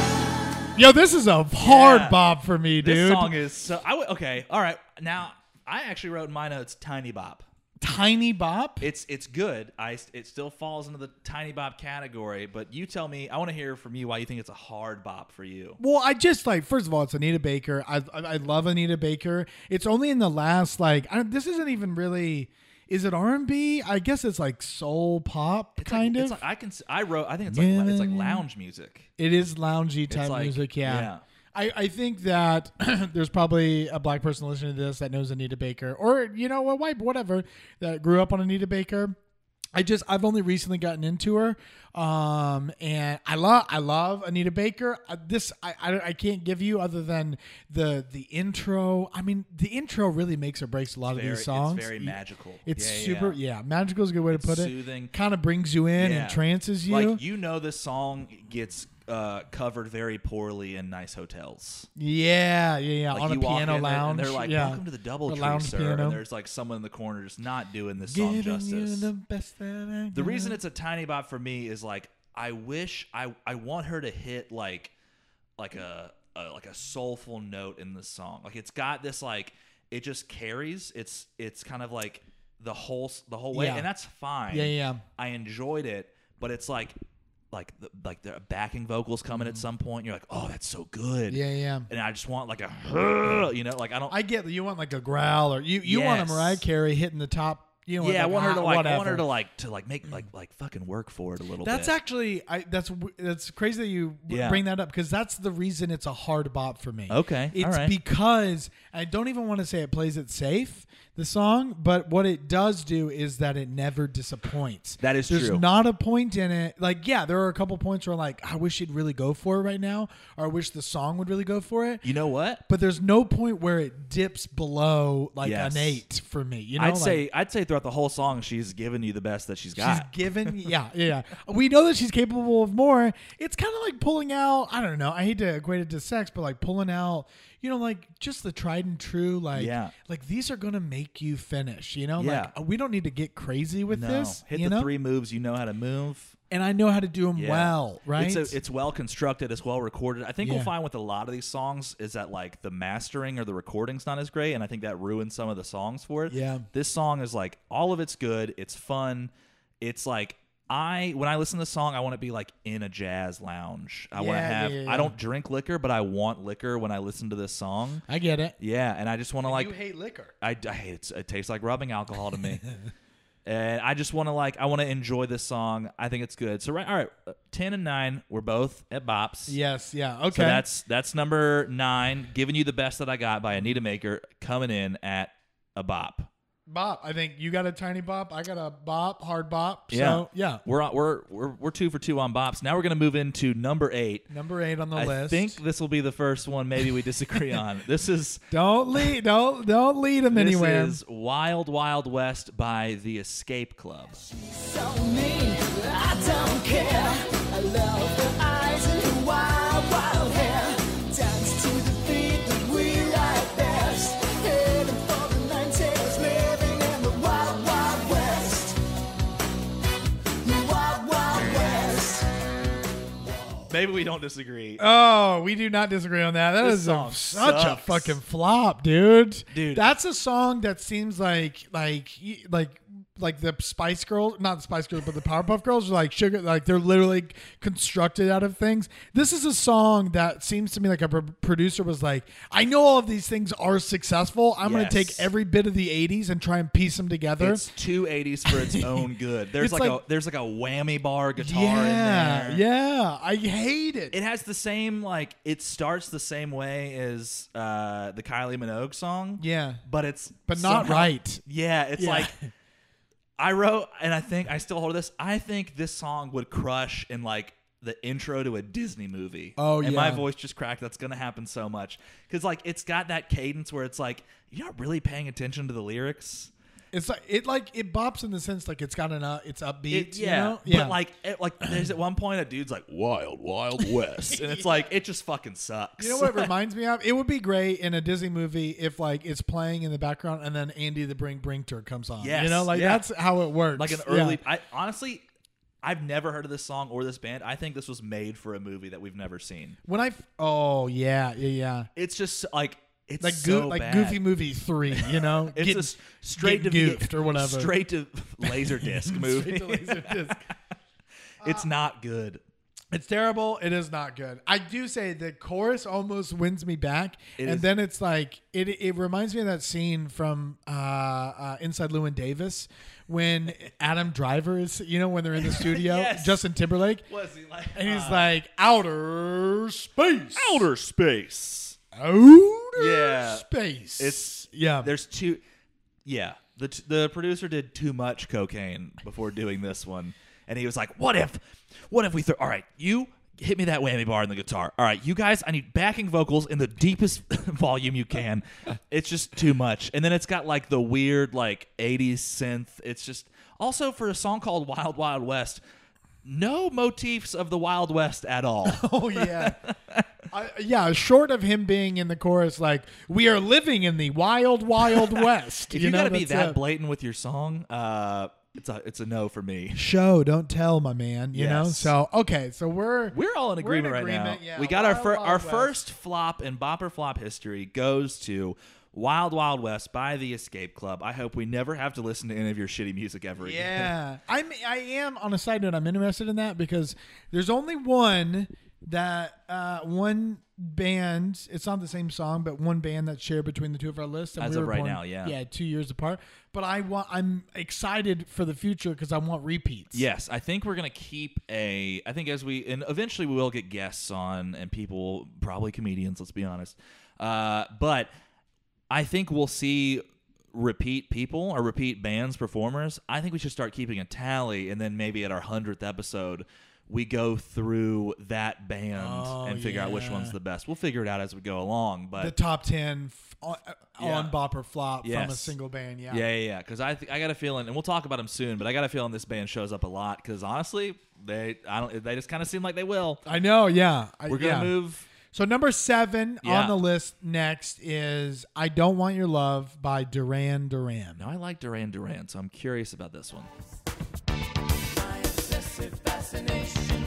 Speaker 2: Yo, this is a hard
Speaker 1: Yeah.
Speaker 2: bob for me, dude.
Speaker 1: This song is so. I w- okay. All right. Now I actually wrote in my notes "Tiny Bop."
Speaker 2: tiny bop.
Speaker 1: It's it's good. I it still falls into the tiny bop category, but you tell me. I want to hear from you why you think it's a hard bop for you.
Speaker 2: Well, I just like first of all, it's Anita Baker. I I, I love Anita Baker. It's only in the last like I, this isn't even really. Is it R and B? I guess it's like soul pop
Speaker 1: It's
Speaker 2: kind
Speaker 1: like,
Speaker 2: of.
Speaker 1: It's like, I can. s- I wrote. I think it's like la- it's like lounge music.
Speaker 2: It is loungy type
Speaker 1: like-
Speaker 2: music, yeah.
Speaker 1: yeah.
Speaker 2: I, I think that there's probably a black person listening to this that knows Anita Baker, or you know, a white whatever that grew up on Anita Baker. I just I've only recently gotten into her, um, and I love I love Anita Baker. Uh, this I, I I can't give you other than the the intro. I mean, the intro really makes or breaks a lot
Speaker 1: Very-
Speaker 2: of these
Speaker 1: it's
Speaker 2: songs.
Speaker 1: very
Speaker 2: Y-
Speaker 1: magical.
Speaker 2: It's
Speaker 1: Yeah,
Speaker 2: super yeah. magical is a good way to put
Speaker 1: soothing.
Speaker 2: it. Kind of brings you in,
Speaker 1: Yeah.
Speaker 2: entrances you.
Speaker 1: Like you know, this song gets uh, covered very poorly in nice hotels.
Speaker 2: Yeah, yeah, yeah.
Speaker 1: Like
Speaker 2: On a
Speaker 1: you walk
Speaker 2: piano
Speaker 1: in there
Speaker 2: lounge.
Speaker 1: and they're like,
Speaker 2: yeah.
Speaker 1: "Welcome to the Double
Speaker 2: The
Speaker 1: Tree,
Speaker 2: lounge
Speaker 1: sir."
Speaker 2: piano.
Speaker 1: And there's like someone in the corner just not doing this
Speaker 2: Giving
Speaker 1: song justice.
Speaker 2: you the best that I
Speaker 1: The
Speaker 2: got.
Speaker 1: reason it's a tiny bop for me is like I wish I I want her to hit like like a, a like a soulful note in this song. Like it's got this like it just carries. It's it's kind of like the whole s- the whole way,
Speaker 2: Yeah.
Speaker 1: and that's fine.
Speaker 2: Yeah, yeah.
Speaker 1: I enjoyed it, but it's like like the, like the backing vocals coming at some point. And you're like, oh, that's so good.
Speaker 2: Mm-hmm. Yeah, yeah.
Speaker 1: And I just want like a you know like I don't
Speaker 2: I get that you want like a growl or you you want a
Speaker 1: Yes.
Speaker 2: Mariah Carey hitting the top. You know,
Speaker 1: yeah I
Speaker 2: like,
Speaker 1: want her to
Speaker 2: ah,
Speaker 1: like I want
Speaker 2: whatever.
Speaker 1: her to like to like make like like fucking work for it a little.
Speaker 2: That's
Speaker 1: bit.
Speaker 2: actually I that's w- that's crazy that you w-
Speaker 1: Yeah.
Speaker 2: bring that up because that's the reason it's a hard bop for me.
Speaker 1: Okay, all
Speaker 2: it's
Speaker 1: right.
Speaker 2: because I don't even want to say it plays it safe the song, but what it does do is that it never disappoints.
Speaker 1: That is
Speaker 2: There's
Speaker 1: true.
Speaker 2: not a point in it. Like yeah, there are a couple points where like I wish it'd really go for it right now, or I wish the song would really go for it.
Speaker 1: you know what
Speaker 2: But there's no point where it dips below like
Speaker 1: Yes.
Speaker 2: an eight for me. You know,
Speaker 1: I'd
Speaker 2: like,
Speaker 1: say I'd say throughout the whole song she's given you the best that she's got.
Speaker 2: She's given, yeah, yeah. We know that she's capable of more. It's kind of like pulling out. I don't know. I hate to equate it to sex, but like pulling out, you know, like just the tried and true. Like,
Speaker 1: Yeah.
Speaker 2: like these are gonna make you finish. You know,
Speaker 1: Yeah.
Speaker 2: like we don't need to get crazy with
Speaker 1: no,
Speaker 2: this.
Speaker 1: hit
Speaker 2: you
Speaker 1: the
Speaker 2: know?
Speaker 1: three moves you know how to move.
Speaker 2: and I know how to do them
Speaker 1: Yeah.
Speaker 2: well, right?
Speaker 1: It's, a, it's well constructed, it's well recorded. I think
Speaker 2: Yeah.
Speaker 1: we'll find with a lot of these songs is that like the mastering or the recording's not as great, and I think that ruins some of the songs for it.
Speaker 2: Yeah.
Speaker 1: this song is like all of it's good. It's fun. It's like I when I listen to the song, I want to be like in a jazz lounge. I want to
Speaker 2: Yeah,
Speaker 1: have.
Speaker 2: yeah, yeah.
Speaker 1: I don't drink liquor, but I want liquor when I listen to this song.
Speaker 2: I get it.
Speaker 1: Yeah, and I just want to like.
Speaker 2: hate liquor.
Speaker 1: I, I hate it. It tastes like rubbing alcohol to me. and I just want to like I want to enjoy this song. I think it's good. So right, all right, uh, ten and nine. We're both at Bops.
Speaker 2: Yes. Yeah. Okay.
Speaker 1: So that's that's number nine. Giving you the best that I got by Anita Maker coming in at a bop.
Speaker 2: bop. I think you got a tiny bop. I got a bop, hard bop. So yeah,
Speaker 1: We're on, we're we're we're two for two on Bops. Now we're gonna move into number eight.
Speaker 2: number eight on the
Speaker 1: I
Speaker 2: list.
Speaker 1: think this will be the first one. Maybe we disagree on this is.
Speaker 2: don't lead. Don't don't lead them anywhere.
Speaker 1: This is Wild Wild West by The Escape Club.
Speaker 4: so mean. I don't care. I love her eyes and her wild, wild hair. Dance to the beat that we like best. Heading for the 90s, living in the wild, wild west. The wild, wild west.
Speaker 1: Maybe we don't disagree.
Speaker 2: Oh, we do not disagree on that. That
Speaker 1: This
Speaker 2: is
Speaker 1: song
Speaker 2: a, such
Speaker 1: sucks.
Speaker 2: a fucking flop, dude.
Speaker 1: Dude.
Speaker 2: that's a song that seems like like like like the Spice Girls, not the Spice Girls, but the Powerpuff Girls are like sugar. Like they're literally constructed out of things. This is a song that seems to me like a pro- producer was like, I know all of these things are successful. I'm going
Speaker 1: Yes.
Speaker 2: to take every bit of the '80s and try and piece them together.
Speaker 1: It's two eighties for its own good. There's
Speaker 2: It's
Speaker 1: like,
Speaker 2: like-
Speaker 1: a there's like a whammy bar guitar
Speaker 2: yeah,
Speaker 1: in there.
Speaker 2: yeah, I hate it.
Speaker 1: It has the same like it starts the same way as uh the Kylie Minogue song.
Speaker 2: Yeah.
Speaker 1: But it's
Speaker 2: but not
Speaker 1: somehow-
Speaker 2: right.
Speaker 1: Yeah, it's
Speaker 2: Yeah.
Speaker 1: like I wrote and I think I still hold this. I think this song would crush in like the intro to a Disney movie.
Speaker 2: Oh,
Speaker 1: and my
Speaker 2: yeah.
Speaker 1: voice just cracked. That's gonna happen so much because like it's got that cadence where it's like you're not really paying attention to the lyrics.
Speaker 2: It's like it like it bops in the sense like it's got an uh, it's upbeat.
Speaker 1: It-
Speaker 2: you know?
Speaker 1: But like, it, like there's at one point a dude's like Wild Wild West, and it's like it just fucking sucks.
Speaker 2: you know what it reminds me of? It would be great in a Disney movie if like it's playing in the background and then Andy the Brink Brinkter comes on.
Speaker 1: Yes,
Speaker 2: you know, like
Speaker 1: yeah.
Speaker 2: that's how it works.
Speaker 1: like an
Speaker 2: Yeah.
Speaker 1: early. I honestly, I've never heard of this song or this band. I think this was made for a movie that we've never seen.
Speaker 2: when I f- oh yeah yeah yeah
Speaker 1: It's just like it's
Speaker 2: like
Speaker 1: so
Speaker 2: goo- like
Speaker 1: bad.
Speaker 2: Goofy Movie three. You know,
Speaker 1: It's
Speaker 2: Getting-
Speaker 1: just straight to
Speaker 2: getting goofed or whatever.
Speaker 1: Straight to laser disc movie.
Speaker 2: straight to ah. Laserdisc.
Speaker 1: it's not good.
Speaker 2: It's terrible. It is not good. I do say the chorus almost wins me back,
Speaker 1: It
Speaker 2: and
Speaker 1: is-
Speaker 2: then it's like it. It reminds me of that scene from uh, uh, Inside Llewyn Davis when Adam Driver is, you know, when they're in the studio,
Speaker 1: Yes.
Speaker 2: Justin Timberlake,
Speaker 1: Was he like?
Speaker 2: and he's like ah. outer space,
Speaker 1: outer space.
Speaker 2: outer
Speaker 1: Yeah.
Speaker 2: space.
Speaker 1: It's
Speaker 2: yeah.
Speaker 1: There's two. Yeah, the t- the producer did too much cocaine before doing this one, and he was like, "What if, what if we throw? All right, you hit me that whammy bar in the guitar. All right, you guys, I need backing vocals in the deepest volume you can. It's just too much. And then it's got like the weird like '80s synth. It's just also for a song called Wild Wild West." No motifs of the Wild West at all.
Speaker 2: Oh yeah, I, yeah. Short of him being in the chorus, like we are living in the wild, wild west.
Speaker 1: if you,
Speaker 2: know,
Speaker 1: gotta be
Speaker 2: that's
Speaker 1: that
Speaker 2: it.
Speaker 1: blatant with your song, uh, it's a it's a no for me.
Speaker 2: show, don't tell, my man. You know.
Speaker 1: Yes.
Speaker 2: So okay, so we're
Speaker 1: We're all in
Speaker 2: We're in
Speaker 1: agreement, right
Speaker 2: agreement,
Speaker 1: now.
Speaker 2: yeah.
Speaker 1: We got our
Speaker 2: Wild
Speaker 1: fir-
Speaker 2: Wild
Speaker 1: our
Speaker 2: West.
Speaker 1: first flop in Bopper Flop history goes to Wild Wild West by the Escape Club. I hope we never have to listen to any of your shitty music ever again.
Speaker 2: yeah. I'm I am on a side note. I'm interested in that because there's only one that uh one band. It's not the same song, but one band that's shared between the two of our lists. And
Speaker 1: As
Speaker 2: we
Speaker 1: of
Speaker 2: were
Speaker 1: right
Speaker 2: born-
Speaker 1: now, yeah.
Speaker 2: yeah, two years apart. But I want. I'm excited for the future because I want repeats.
Speaker 1: Yes, I think we're gonna keep a. I think as we and eventually we will get guests on and people probably comedians. Let's be honest, uh, but I think we'll see repeat people or repeat bands performers. I think we should start keeping a tally, and then maybe at our hundredth episode, we go through that band
Speaker 2: Oh,
Speaker 1: and figure out which
Speaker 2: yeah.
Speaker 1: one's the best. We'll figure it out as we go along. But
Speaker 2: The top ten f- on,
Speaker 1: Yeah.
Speaker 2: on bop or flop from a
Speaker 1: Yes.
Speaker 2: single band. Yeah.
Speaker 1: yeah, yeah, yeah. Because I, th- I got a feeling, and we'll talk about them soon. But I got a feeling this band shows up a lot. Because honestly, they, I don't, they just kind of seem like they will.
Speaker 2: I know. Yeah. I-
Speaker 1: We're gonna
Speaker 2: yeah.
Speaker 1: move.
Speaker 2: So number seven on
Speaker 1: Yeah.
Speaker 2: the list next is "I Don't Want Your Love" by Duran Duran.
Speaker 1: Now I like Duran Duran, so I'm curious about this one.
Speaker 4: My obsessive fascination.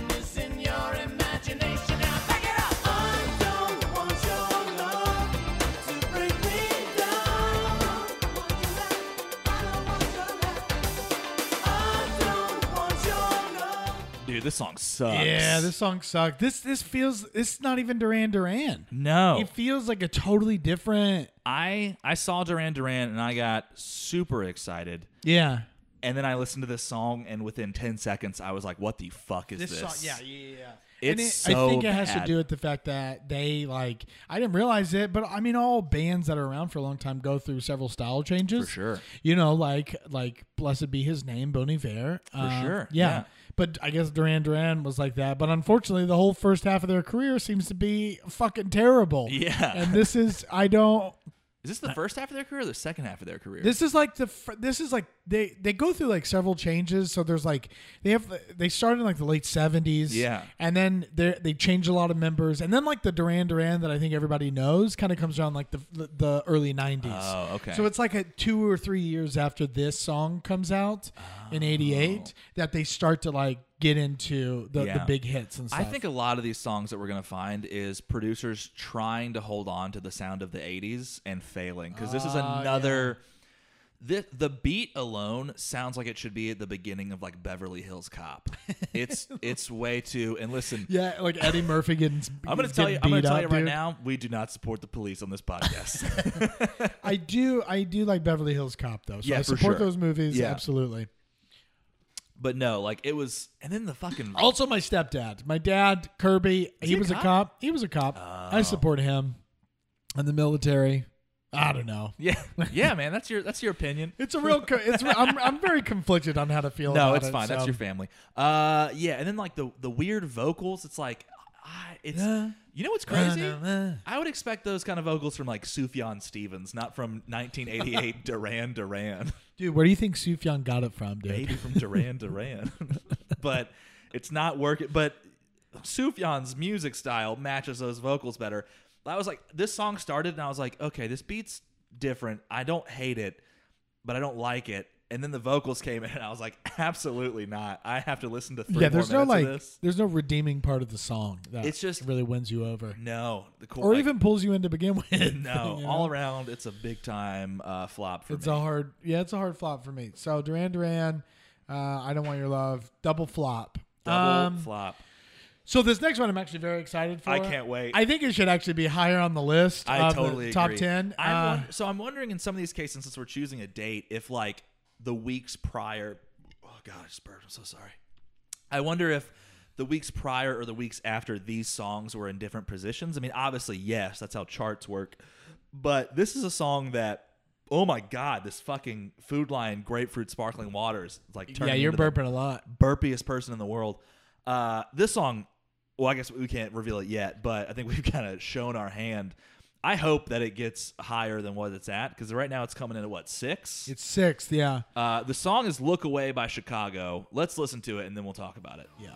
Speaker 1: this song sucks.
Speaker 2: Yeah, this song sucked. This this feels it's not even Duran Duran.
Speaker 1: No.
Speaker 2: It feels like a totally different.
Speaker 1: I I saw Duran Duran and I got super excited.
Speaker 2: Yeah.
Speaker 1: And then I listened to this song and within 10 seconds I was like what the fuck is this?
Speaker 2: This, song, yeah, yeah, yeah.
Speaker 1: It's
Speaker 2: and it,
Speaker 1: so
Speaker 2: I think it has to
Speaker 1: bad.
Speaker 2: do with the fact that they like I didn't realize it, but I mean all bands that are around for a long time go through several style changes.
Speaker 1: For sure.
Speaker 2: You know, like like blessed be his name, Bon Iver. For
Speaker 1: sure,
Speaker 2: Yeah.
Speaker 1: yeah.
Speaker 2: But I guess Duran Duran was like that. But unfortunately, the whole first half of their career seems to be fucking terrible.
Speaker 1: Yeah.
Speaker 2: And this is I don't
Speaker 1: Is this the first half of their career or the second half of their career?
Speaker 2: Uh, This is like the fir- this is like they they go through like several changes. So there's like they have they started in like the late seventies,
Speaker 1: Yeah.
Speaker 2: and then they they change a lot of members, and then like the Duran Duran that I think everybody knows kind of comes around like the the, the early nineties.
Speaker 1: Oh, okay.
Speaker 2: So it's like a two or three years after this song comes out in
Speaker 1: Oh.
Speaker 2: eighty eight that they start to like get into the,
Speaker 1: Yeah.
Speaker 2: the big hits and stuff.
Speaker 1: I think a lot of these songs that we're going to find is producers trying to hold on to the sound of the 80s and failing because this is
Speaker 2: Ah,
Speaker 1: another the the beat alone sounds like it should be at the beginning of like Beverly Hills Cop. It's it's way too and listen
Speaker 2: yeah, like Eddie Murphy getting.
Speaker 1: I'm going to
Speaker 2: getting
Speaker 1: tell you I'm going
Speaker 2: beat
Speaker 1: to tell
Speaker 2: up,
Speaker 1: you right
Speaker 2: dude.
Speaker 1: now we do not support the police on this podcast.
Speaker 2: I do I do like Beverly Hills Cop though. So
Speaker 1: Yeah,
Speaker 2: I
Speaker 1: for
Speaker 2: support
Speaker 1: sure.
Speaker 2: those movies
Speaker 1: Yeah.
Speaker 2: absolutely.
Speaker 1: but no, like it was and then the fucking
Speaker 2: Also my stepdad. My dad Kirby, he,
Speaker 1: he a
Speaker 2: was a
Speaker 1: cop?
Speaker 2: cop. Oh. He was a cop. I support him in the military. I don't know.
Speaker 1: Yeah. Yeah, man, that's your that's your opinion.
Speaker 2: It's a real co- it's re- I'm I'm very conflicted on how to feel
Speaker 1: No,
Speaker 2: about
Speaker 1: it's
Speaker 2: it,
Speaker 1: fine. That's
Speaker 2: so.
Speaker 1: your family. Uh, yeah, and then like the the weird vocals. It's like, I it's
Speaker 2: Uh,
Speaker 1: you know what's crazy?
Speaker 2: uh, uh.
Speaker 1: I would expect those kind of vocals from like Sufjan Stevens, not from 1988 Duran Duran.
Speaker 2: Dude, where do you think Sufjan got it from, dude?
Speaker 1: Maybe from Duran Duran, but it's not working. But Sufjan's music style matches those vocals better. I was like, this song started, and I was like, okay, this beat's different. I don't hate it, but I don't like it. And then the vocals came in, and I was like, absolutely not. I have to listen to three
Speaker 2: Yeah,
Speaker 1: more
Speaker 2: there's no
Speaker 1: minutes
Speaker 2: like
Speaker 1: of this.
Speaker 2: there's no redeeming part of the song that
Speaker 1: It's just-
Speaker 2: really wins you over.
Speaker 1: No, the cool,
Speaker 2: Or
Speaker 1: like,
Speaker 2: even pulls you in to begin with.
Speaker 1: no.
Speaker 2: you know?
Speaker 1: All around, it's a big time uh, flop for
Speaker 2: it's
Speaker 1: me.
Speaker 2: a hard yeah it's a hard flop for me so duran duran uh, i don't want your love double flop
Speaker 1: Double
Speaker 2: Um,
Speaker 1: flop.
Speaker 2: so this next one i'm actually very excited for
Speaker 1: I can't wait.
Speaker 2: i think it should actually be higher on the list
Speaker 1: I
Speaker 2: of the
Speaker 1: totally
Speaker 2: top
Speaker 1: agree.
Speaker 2: 10
Speaker 1: I'm
Speaker 2: Uh,
Speaker 1: won- so I'm wondering in some of these cases, since we're choosing a date, if like the weeks prior. Oh gosh, Spurs, I'm so sorry. I wonder if the weeks prior or the weeks after these songs were in different positions. I mean, obviously, yes, that's how charts work. But this is a song that. Oh my God! This fucking food line, grapefruit sparkling waters, is, like turning
Speaker 2: yeah you're
Speaker 1: into the
Speaker 2: burping a lot
Speaker 1: burpiest person in the world. Uh, this song, well, I guess we can't reveal it yet, but I think we've kind of shown our hand. I hope that it gets higher than what it's at because right now it's coming in at what six.
Speaker 2: it's sixth yeah
Speaker 1: Uh, the song is "Look Away" by Chicago. Let's listen to it and then we'll talk about it.
Speaker 2: yeah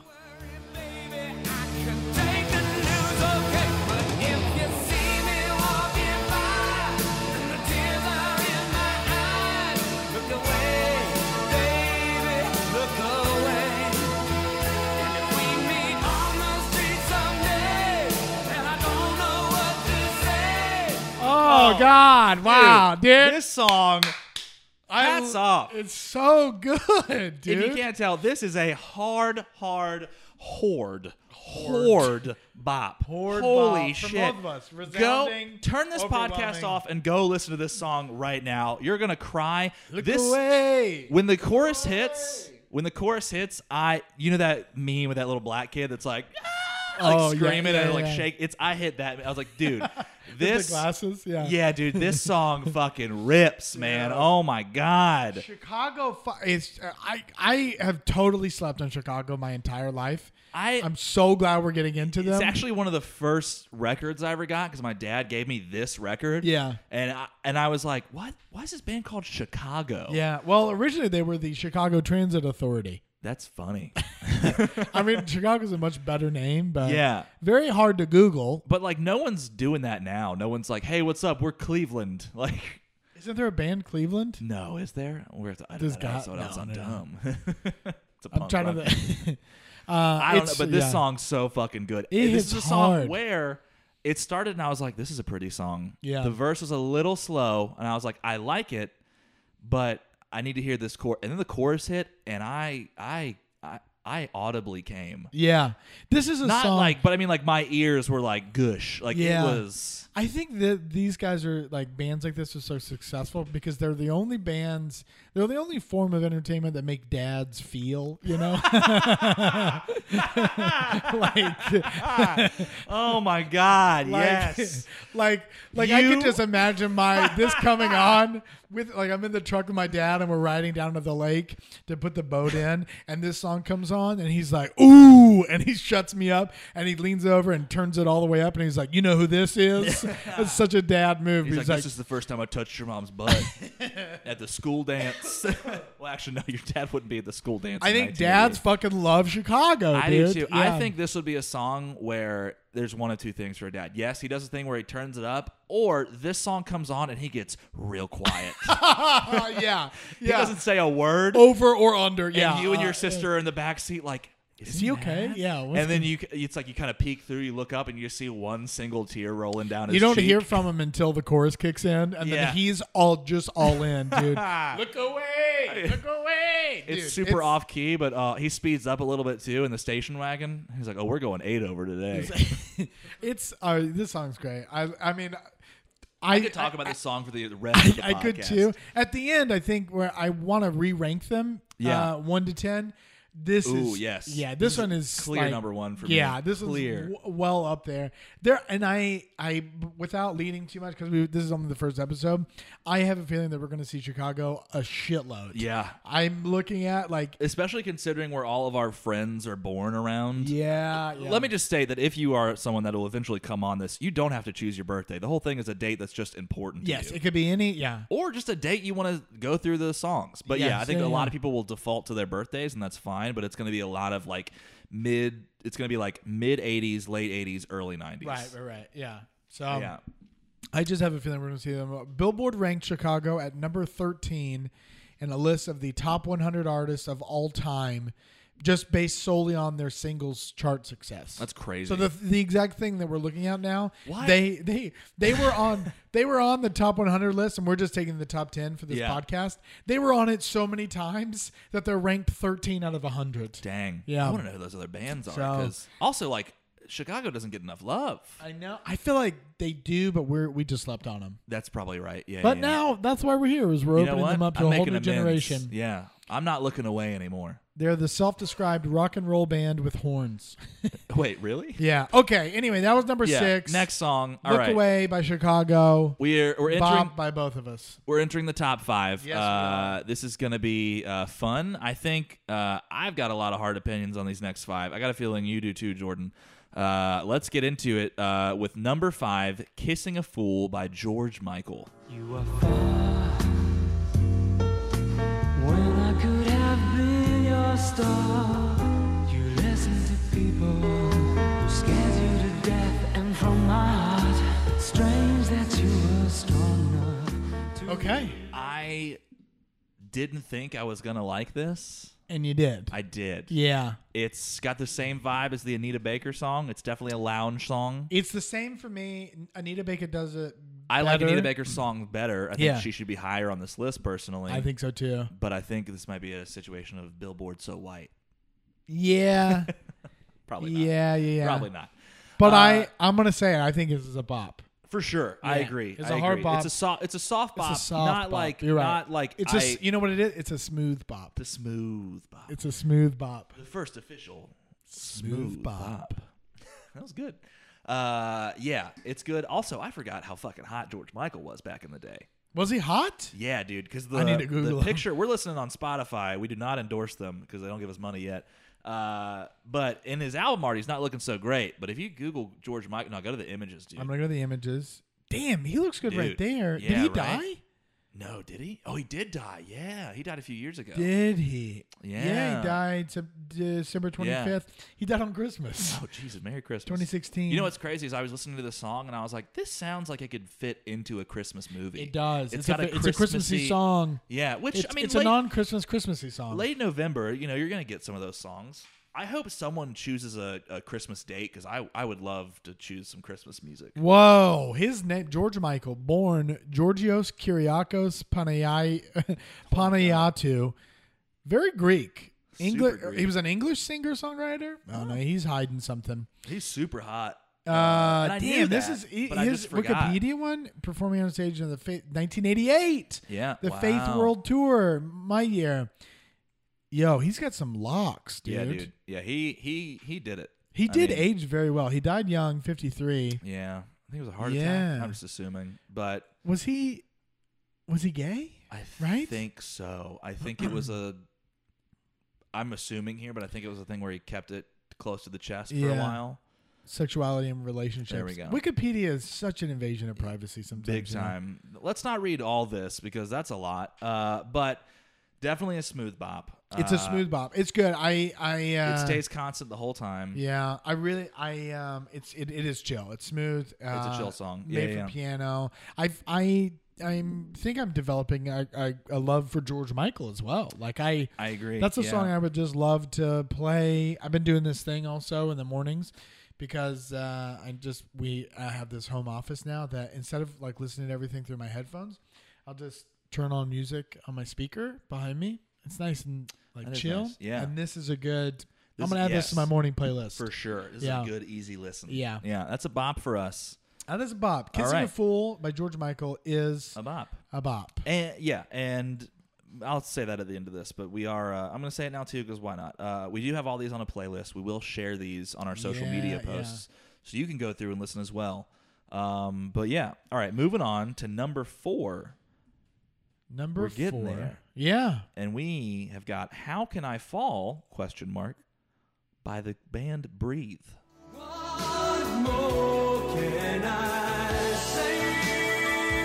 Speaker 2: oh, god wow Ah, dude,
Speaker 1: This song, hats off.
Speaker 2: it's so good dude
Speaker 1: If you can't tell, this is a hard, hard horde. Horde bop.
Speaker 2: Horde
Speaker 1: Holy
Speaker 2: bop from
Speaker 1: shit.
Speaker 2: both of us.
Speaker 1: Go
Speaker 2: Resounding,
Speaker 1: turn this podcast
Speaker 2: overwhelming.
Speaker 1: off and go listen to this song right now. You're gonna cry.
Speaker 2: Look
Speaker 1: this
Speaker 2: away.
Speaker 1: when the chorus hits, when the chorus hits, I you know that meme with that little black kid that's like, "Ah," like
Speaker 2: Oh, yeah,
Speaker 1: screaming
Speaker 2: yeah,
Speaker 1: and like
Speaker 2: yeah.
Speaker 1: shake. It's I hit that. I was like, dude,
Speaker 2: the
Speaker 1: this
Speaker 2: glasses yeah
Speaker 1: yeah, dude, this song fucking rips, man. Oh my god.
Speaker 2: Chicago, fu- it's uh, I I have totally slept on Chicago my entire life.
Speaker 1: I-
Speaker 2: I'm so glad we're getting into them.
Speaker 1: It's actually one of the first records I ever got because my dad gave me this record.
Speaker 2: Yeah.
Speaker 1: and I, and I was like, "What? Why is this band called Chicago?"
Speaker 2: yeah. Well, originally they were the Chicago Transit Authority.
Speaker 1: that's funny.
Speaker 2: I mean, Chicago's a much better name, but
Speaker 1: Yeah.
Speaker 2: very hard to Google.
Speaker 1: but like, no one's doing that now. No one's like, "Hey, what's up? We're Cleveland." Like,
Speaker 2: Isn't there a band Cleveland?
Speaker 1: no, is there? We're I don't
Speaker 2: There's
Speaker 1: know.
Speaker 2: got-
Speaker 1: That's what else
Speaker 2: no,
Speaker 1: I'm
Speaker 2: no, no.
Speaker 1: dumb. it's a
Speaker 2: I'm
Speaker 1: punk
Speaker 2: trying
Speaker 1: rock.
Speaker 2: to. uh,
Speaker 1: I don't know,
Speaker 2: it's-
Speaker 1: but this
Speaker 2: yeah.
Speaker 1: song's so fucking good.
Speaker 2: It
Speaker 1: this
Speaker 2: hits
Speaker 1: is a song
Speaker 2: hard.
Speaker 1: where it started and I was like, this is a pretty song.
Speaker 2: Yeah.
Speaker 1: The verse was a little slow and I was like, I like it, but I need to hear this chorus. And then the chorus hit and I I I I audibly came.
Speaker 2: Yeah. This is a
Speaker 1: Not
Speaker 2: song.
Speaker 1: like, but I mean, like my ears were like gush. Like
Speaker 2: Yeah.
Speaker 1: it was.
Speaker 2: I think that these guys are like bands like this are so successful because they're the only bands, they're the only form of entertainment that make dads feel, you know? like,
Speaker 1: Oh my God!
Speaker 2: like,
Speaker 1: yes.
Speaker 2: like, like I
Speaker 1: You-
Speaker 2: can just imagine my this coming on with like I'm in the truck with my dad and we're riding down to the lake to put the boat in, and this song comes on and he's like, "Ooh!" and he shuts me up and he leans over and turns it all the way up and he's like, "You know who this is?" It's such a dad move.
Speaker 1: He's,
Speaker 2: He's,
Speaker 1: like, this is the first time I touched your mom's butt at the school dance. well, actually, no, your dad wouldn't be at the school dance.
Speaker 2: "I
Speaker 1: in
Speaker 2: think dads
Speaker 1: 1988.
Speaker 2: fucking love Chicago,
Speaker 1: I
Speaker 2: dude."
Speaker 1: do too.
Speaker 2: Yeah.
Speaker 1: I think this would be a song where there's one of two things for a dad. Yes, he does a thing where he turns it up, or this song comes on and he gets real quiet.
Speaker 2: Uh, yeah,
Speaker 1: He
Speaker 2: yeah.
Speaker 1: doesn't say a word.
Speaker 2: Over or under? Yeah.
Speaker 1: and you and
Speaker 2: uh,
Speaker 1: your sister are in the back seat, like, is,
Speaker 2: Is he okay?
Speaker 1: mad?
Speaker 2: Yeah, what's
Speaker 1: And then you, it's like you kind of peek through, you look up, and you see one single tear rolling down his.
Speaker 2: You don't
Speaker 1: cheek.
Speaker 2: hear from him until the chorus kicks in, and
Speaker 1: Yeah.
Speaker 2: then he's all just all in, dude.
Speaker 1: Look away! Look away! It's
Speaker 2: dude.
Speaker 1: super
Speaker 2: It's-
Speaker 1: off key, but uh, he speeds up a little bit too in the station wagon. He's like, "Oh, we're going eight over today."
Speaker 2: it's uh, this song's great. I I mean, I,
Speaker 1: I could talk about this song for the rest. of the
Speaker 2: I could
Speaker 1: podcast.
Speaker 2: too. At the end, I think where I want to re rank them,
Speaker 1: Yeah.
Speaker 2: uh, one to ten. This
Speaker 1: Ooh,
Speaker 2: is
Speaker 1: yes.
Speaker 2: yeah. This,
Speaker 1: This
Speaker 2: one
Speaker 1: is
Speaker 2: is
Speaker 1: clear
Speaker 2: like-
Speaker 1: number one for me.
Speaker 2: yeah, this
Speaker 1: Clear.
Speaker 2: is w- well up there. There and I, I without leading too much because we this is only the first episode. I have a feeling that we're going to see Chicago a shitload.
Speaker 1: Yeah.
Speaker 2: I'm looking at like
Speaker 1: Especially considering where all of our friends are born around.
Speaker 2: yeah. yeah.
Speaker 1: Let me just say that if you are someone that will eventually come on this, you don't have to choose your birthday. The whole thing is a date that's just important. to
Speaker 2: Yes,
Speaker 1: you.
Speaker 2: it could be any. Yeah.
Speaker 1: or just a date you want to go through the songs. But yeah,
Speaker 2: Yes,
Speaker 1: I think
Speaker 2: yeah,
Speaker 1: a lot
Speaker 2: yeah.
Speaker 1: of people will default to their birthdays, and that's fine. But it's going to be a lot of like mid. It's going to be like mid '80s, late '80s, early '90s.
Speaker 2: Right, right, right. Yeah. So um,
Speaker 1: yeah.
Speaker 2: I just have a feeling we're going to see them. Billboard ranked Chicago at number 13 in a list of the top 100 artists of all time, just based solely on their singles chart success.
Speaker 1: That's crazy.
Speaker 2: So the, the exact thing that we're looking at now,
Speaker 1: Why-
Speaker 2: they they they were on they were on the top 100 list, and we're just taking the top 10 for this
Speaker 1: Yeah.
Speaker 2: podcast. They were on it so many times that they're ranked 13 out of 100.
Speaker 1: Dang.
Speaker 2: Yeah.
Speaker 1: I want to know who those other bands are
Speaker 2: So-
Speaker 1: because also like Chicago doesn't get enough love.
Speaker 2: I know. I feel like they do, but we're we just slept on them.
Speaker 1: That's probably right. Yeah.
Speaker 2: But
Speaker 1: yeah.
Speaker 2: now that's why we're here. Is we're
Speaker 1: you know
Speaker 2: opening
Speaker 1: what?
Speaker 2: them up to
Speaker 1: I'm
Speaker 2: a whole
Speaker 1: making
Speaker 2: new
Speaker 1: amends.
Speaker 2: generation.
Speaker 1: Yeah. I'm not looking away anymore.
Speaker 2: They're the self-described rock and roll band with horns.
Speaker 1: Wait, really?
Speaker 2: yeah. Okay. Anyway, that was number
Speaker 1: Yeah.
Speaker 2: six.
Speaker 1: Next song. All
Speaker 2: Look
Speaker 1: right.
Speaker 2: Away by Chicago.
Speaker 1: We're we're entering
Speaker 2: Bob by both of us.
Speaker 1: We're entering the top five.
Speaker 2: Yes, we
Speaker 1: uh,
Speaker 2: are.
Speaker 1: this is going to be uh, fun. I think uh, I've got a lot of hard opinions on these next five. I got a feeling you do too, Jordan. Uh, let's get into it uh, with number five, "Kissing a Fool" by George Michael.
Speaker 4: You are far when I could have been your star. You listen to people who scared you to death, and from my heart, strange that you were strong enough. To
Speaker 2: Okay.
Speaker 1: I didn't think I was going to like this.
Speaker 2: And you did.
Speaker 1: I did.
Speaker 2: yeah.
Speaker 1: It's got the same vibe as the Anita Baker song. It's definitely a lounge song.
Speaker 2: It's the same for me. Anita Baker does it.
Speaker 1: I like
Speaker 2: better.
Speaker 1: Anita Baker's song better. I think
Speaker 2: Yeah.
Speaker 1: she should be higher on this list personally.
Speaker 2: I think so too.
Speaker 1: but I think this might be a situation of Billboard so white.
Speaker 2: Yeah.
Speaker 1: Probably not.
Speaker 2: yeah. Yeah. Yeah.
Speaker 1: Probably not.
Speaker 2: But I
Speaker 1: Uh,
Speaker 2: I'm gonna say it. I think this is a bop.
Speaker 1: For sure, I
Speaker 2: Yeah.
Speaker 1: agree.
Speaker 2: It's
Speaker 1: I
Speaker 2: a hard
Speaker 1: agree.
Speaker 2: bop.
Speaker 1: It's a soft. It's a soft bop.
Speaker 2: It's a soft
Speaker 1: not
Speaker 2: bop.
Speaker 1: like.
Speaker 2: You're right.
Speaker 1: Not like.
Speaker 2: it's
Speaker 1: I-
Speaker 2: a s- you know what it is? It's a smooth bop.
Speaker 1: the smooth bop.
Speaker 2: It's a smooth bop.
Speaker 1: the first official smooth,
Speaker 2: Smooth
Speaker 1: bop.
Speaker 2: bop.
Speaker 1: that was good. Uh, yeah, it's good. Also, I forgot how fucking hot George Michael was back in the day.
Speaker 2: Was he hot?
Speaker 1: Yeah, dude. Because the,
Speaker 2: I need to Google
Speaker 1: the
Speaker 2: him.
Speaker 1: picture we're listening on Spotify. We do not endorse them because they don't give us money yet. Uh, but in his album art, he's not looking so great. But if you Google George Michael, no, go to the images, dude.
Speaker 2: I'm gonna go to the images. Damn, he looks good right
Speaker 1: Dude,
Speaker 2: there. Did
Speaker 1: yeah,
Speaker 2: he
Speaker 1: right?
Speaker 2: die?
Speaker 1: no, did he? Oh, he did die. Yeah, he died a few years ago.
Speaker 2: Did he?
Speaker 1: Yeah.
Speaker 2: he died Sep- December 25th. He died on Christmas.
Speaker 1: Oh Jesus! Merry Christmas.
Speaker 2: 2016.
Speaker 1: You know what's crazy is I was listening to the song and I was like, "This sounds like it could fit into a Christmas movie."
Speaker 2: It does. It's,
Speaker 1: It's got
Speaker 2: a,
Speaker 1: a
Speaker 2: it's a Christmassy
Speaker 1: Christmassy-
Speaker 2: song.
Speaker 1: Yeah, which
Speaker 2: It's,
Speaker 1: I mean,
Speaker 2: it's
Speaker 1: late,
Speaker 2: a non-Christmas Christmassy song.
Speaker 1: late November, you know, you're gonna get some of those songs. I hope someone chooses a, a Christmas date because I I would love to choose some Christmas music.
Speaker 2: Whoa, his name George Michael, born Georgios Kyriakos Panayai- Panayiotou, very Greek. English.
Speaker 1: Super
Speaker 2: He
Speaker 1: Greek.
Speaker 2: was an English singer songwriter. Oh no, he's hiding something.
Speaker 1: He's super hot.
Speaker 2: Uh,
Speaker 1: I
Speaker 2: damn,
Speaker 1: knew
Speaker 2: this
Speaker 1: that,
Speaker 2: is he-
Speaker 1: but I
Speaker 2: his
Speaker 1: just forgot.
Speaker 2: Wikipedia one performing on stage in the Faith 1988.
Speaker 1: Yeah,
Speaker 2: the
Speaker 1: wow.
Speaker 2: Faith World Tour, my year. Yo, he's got some locks, dude.
Speaker 1: Yeah, dude. Yeah, he he he did it.
Speaker 2: He
Speaker 1: I
Speaker 2: did
Speaker 1: mean,
Speaker 2: age very well. He died young, 53.
Speaker 1: Yeah, I think it was a heart attack.
Speaker 2: Yeah.
Speaker 1: I'm just assuming, but
Speaker 2: Was he? Was he gay?
Speaker 1: I
Speaker 2: Right?
Speaker 1: think so. I think it was a. I'm assuming here, but I think it was a thing where he kept it close to the chest for a
Speaker 2: Yeah.
Speaker 1: while.
Speaker 2: Sexuality and relationships.
Speaker 1: There we go.
Speaker 2: Wikipedia is such an invasion of privacy sometimes.
Speaker 1: Big
Speaker 2: you know?
Speaker 1: time. Let's not read all this because that's a lot. Uh, but definitely a smooth bop.
Speaker 2: It's
Speaker 1: Uh,
Speaker 2: a smooth bop. It's good. I I uh,
Speaker 1: It stays constant the whole time.
Speaker 2: Yeah, I really, I um, it's it, it is chill. It's smooth. Uh,
Speaker 1: a chill song.
Speaker 2: Made
Speaker 1: Yeah,
Speaker 2: for
Speaker 1: yeah.
Speaker 2: piano. I I I think I'm developing a, a, a love for George Michael as well. Like I,
Speaker 1: I agree,
Speaker 2: That's a
Speaker 1: yeah.
Speaker 2: song I would just love to play. I've been doing this thing also in the mornings because uh, I just we I have this home office now that instead of like listening to everything through my headphones, I'll just turn on music on my speaker behind me. It's nice and like
Speaker 1: That is
Speaker 2: chill.
Speaker 1: nice, yeah.
Speaker 2: and this is a good.
Speaker 1: This-
Speaker 2: I'm gonna add this
Speaker 1: yes.
Speaker 2: to my morning playlist
Speaker 1: For sure. This
Speaker 2: Yeah.
Speaker 1: is a good, easy listen.
Speaker 2: Yeah.
Speaker 1: Yeah. That's a bop for us.
Speaker 2: That is a bop. Kissing a
Speaker 1: right.
Speaker 2: Fool by George Michael is
Speaker 1: A bop.
Speaker 2: a bop.
Speaker 1: And yeah, and I'll say that at the end of this, but we are. Uh, I'm going to say it now too because why not? Uh, we do have all these on a playlist. We will share these on our social
Speaker 2: Yeah,
Speaker 1: media
Speaker 2: yeah.
Speaker 1: posts, so you can go through and listen as well. Um, but yeah, all right. Moving on to number four,
Speaker 2: Number
Speaker 1: We're getting
Speaker 2: four.
Speaker 1: there.
Speaker 2: Yeah.
Speaker 1: and we have got "How Can I Fall?" question mark by the band Breathe.
Speaker 4: What more can I say?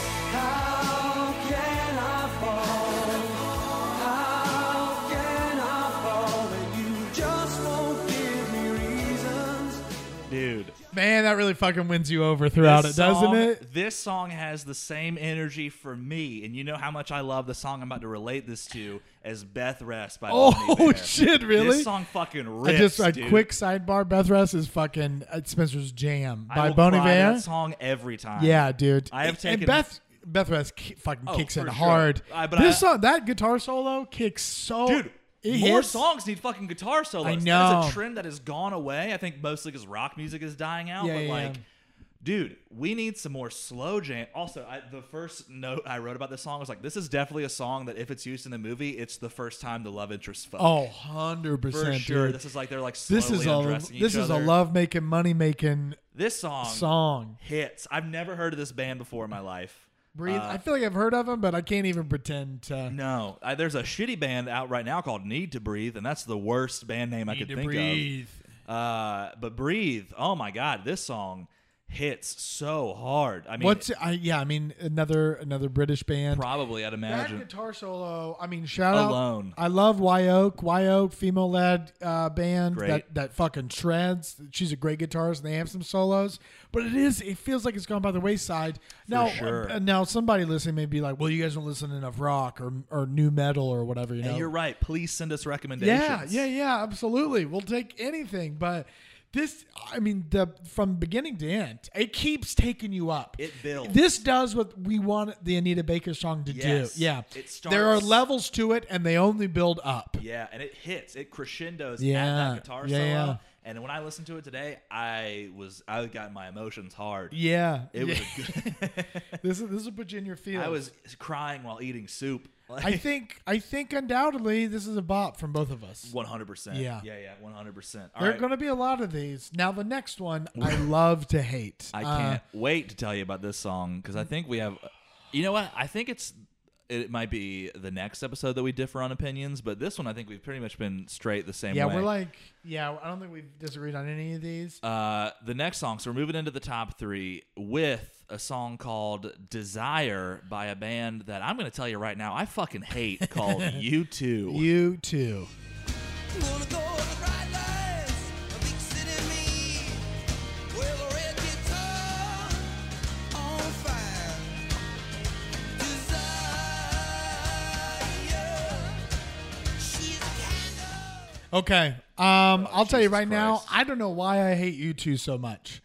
Speaker 4: How can I fall? How can I fall? And you just won't give me reasons.
Speaker 1: Dude,
Speaker 2: Man, that really fucking wins you over throughout
Speaker 1: this
Speaker 2: it, doesn't
Speaker 1: song-
Speaker 2: it?
Speaker 1: This song has the same energy for me, and you know how much I love the song I'm about to relate this to as Beth Rest by Bonnie
Speaker 2: Oh
Speaker 1: Bear.
Speaker 2: shit, really?
Speaker 1: This song fucking
Speaker 2: I
Speaker 1: rips,
Speaker 2: just a
Speaker 1: dude.
Speaker 2: quick sidebar. Beth Russ is fucking uh, Spencer's jam
Speaker 1: I
Speaker 2: by
Speaker 1: will
Speaker 2: Bon
Speaker 1: cry to
Speaker 2: Iver.
Speaker 1: That song every time.
Speaker 2: Yeah, dude.
Speaker 1: I have
Speaker 2: And-
Speaker 1: taken-
Speaker 2: and Beth. Beth Russ ki- fucking
Speaker 1: Oh,
Speaker 2: kicks
Speaker 1: for
Speaker 2: in
Speaker 1: sure.
Speaker 2: hard.
Speaker 1: I- but
Speaker 2: this
Speaker 1: I-
Speaker 2: song, that guitar solo kicks so.
Speaker 1: Dude,
Speaker 2: it
Speaker 1: more
Speaker 2: hits.
Speaker 1: songs need fucking guitar solos.
Speaker 2: I
Speaker 1: That is
Speaker 2: know.
Speaker 1: a trend that has gone away. I think mostly because rock music is dying out.
Speaker 2: Yeah,
Speaker 1: but
Speaker 2: yeah,
Speaker 1: like,
Speaker 2: yeah.
Speaker 1: dude, we need some more slow jam. Also, I, the first note I wrote about this song was like, this is definitely a song that if it's used in a movie, it's the first time the love interest fuck.
Speaker 2: Oh, 100
Speaker 1: for
Speaker 2: percent,
Speaker 1: sure.
Speaker 2: dude.
Speaker 1: This is like they're like slowly
Speaker 2: This is a
Speaker 1: undressing
Speaker 2: this
Speaker 1: each
Speaker 2: is a
Speaker 1: other.
Speaker 2: love making, money making
Speaker 1: This song,
Speaker 2: song.
Speaker 1: hits. I've never heard of this band before in my life.
Speaker 2: Breathe.
Speaker 1: Uh,
Speaker 2: I feel like I've heard of them, but I can't even pretend to.
Speaker 1: No, I, there's a shitty band out right now called Need to Breathe, and that's the worst band name I could think of. Uh, but Breathe, oh my god, this song hits so hard. I mean,
Speaker 2: What's I? Yeah, I mean another another British band.
Speaker 1: probably I'd
Speaker 2: that
Speaker 1: imagine.
Speaker 2: guitar solo. I mean, shout
Speaker 1: Alone.
Speaker 2: out. I love Wyoke. Wyoke, female led uh, band
Speaker 1: Great.
Speaker 2: that that fucking shreds. She's a great guitarist, and they have some solos. But it is. It feels like it's gone by the wayside. now,
Speaker 1: sure.
Speaker 2: uh, now somebody listening may be like, "Well, you guys don't listen to enough rock or or new metal or whatever." You know,
Speaker 1: And you're right. Please send us recommendations.
Speaker 2: Yeah, yeah, yeah, absolutely. We'll take anything, but this I mean the from beginning to end, it keeps taking you up.
Speaker 1: It builds.
Speaker 2: This does what we want the Anita Baker song to
Speaker 1: Yes.
Speaker 2: do. Yeah.
Speaker 1: It starts-
Speaker 2: there are levels to it and they only build up.
Speaker 1: Yeah, and it hits. It crescendos at
Speaker 2: Yeah,
Speaker 1: that guitar
Speaker 2: yeah,
Speaker 1: solo.
Speaker 2: yeah.
Speaker 1: And when I listened to it today, I was I got my emotions hard.
Speaker 2: Yeah.
Speaker 1: It was
Speaker 2: Yeah.
Speaker 1: a good.
Speaker 2: this is this will put you in your feelings.
Speaker 1: I was crying while eating soup.
Speaker 2: I think I think undoubtedly this is a bop from both of us.
Speaker 1: One hundred percent.
Speaker 2: Yeah.
Speaker 1: Yeah. Yeah. One hundred percent.
Speaker 2: There are going to be a lot of these. Now the next one I love to hate.
Speaker 1: I
Speaker 2: Uh,
Speaker 1: can't wait to tell you about this song because I think we have. You know what? I think it's. It might be the next episode that we differ on opinions, but this one I think we've pretty much been straight the same
Speaker 2: yeah,
Speaker 1: way.
Speaker 2: we're like yeah, I don't think we've disagreed on any of these.
Speaker 1: uh, the next song. So we're moving into the top three with a song called "Desire" by a band that I'm going to tell you right now I fucking hate called U2.
Speaker 2: You too.
Speaker 5: You wanna go on the bright lights of big city me with a red guitar on fire. Desire, she's a candle.
Speaker 2: Okay. Um, I'll tell you
Speaker 1: Oh, Jesus
Speaker 2: right now,
Speaker 1: Christ.
Speaker 2: I don't know why I hate you two so much.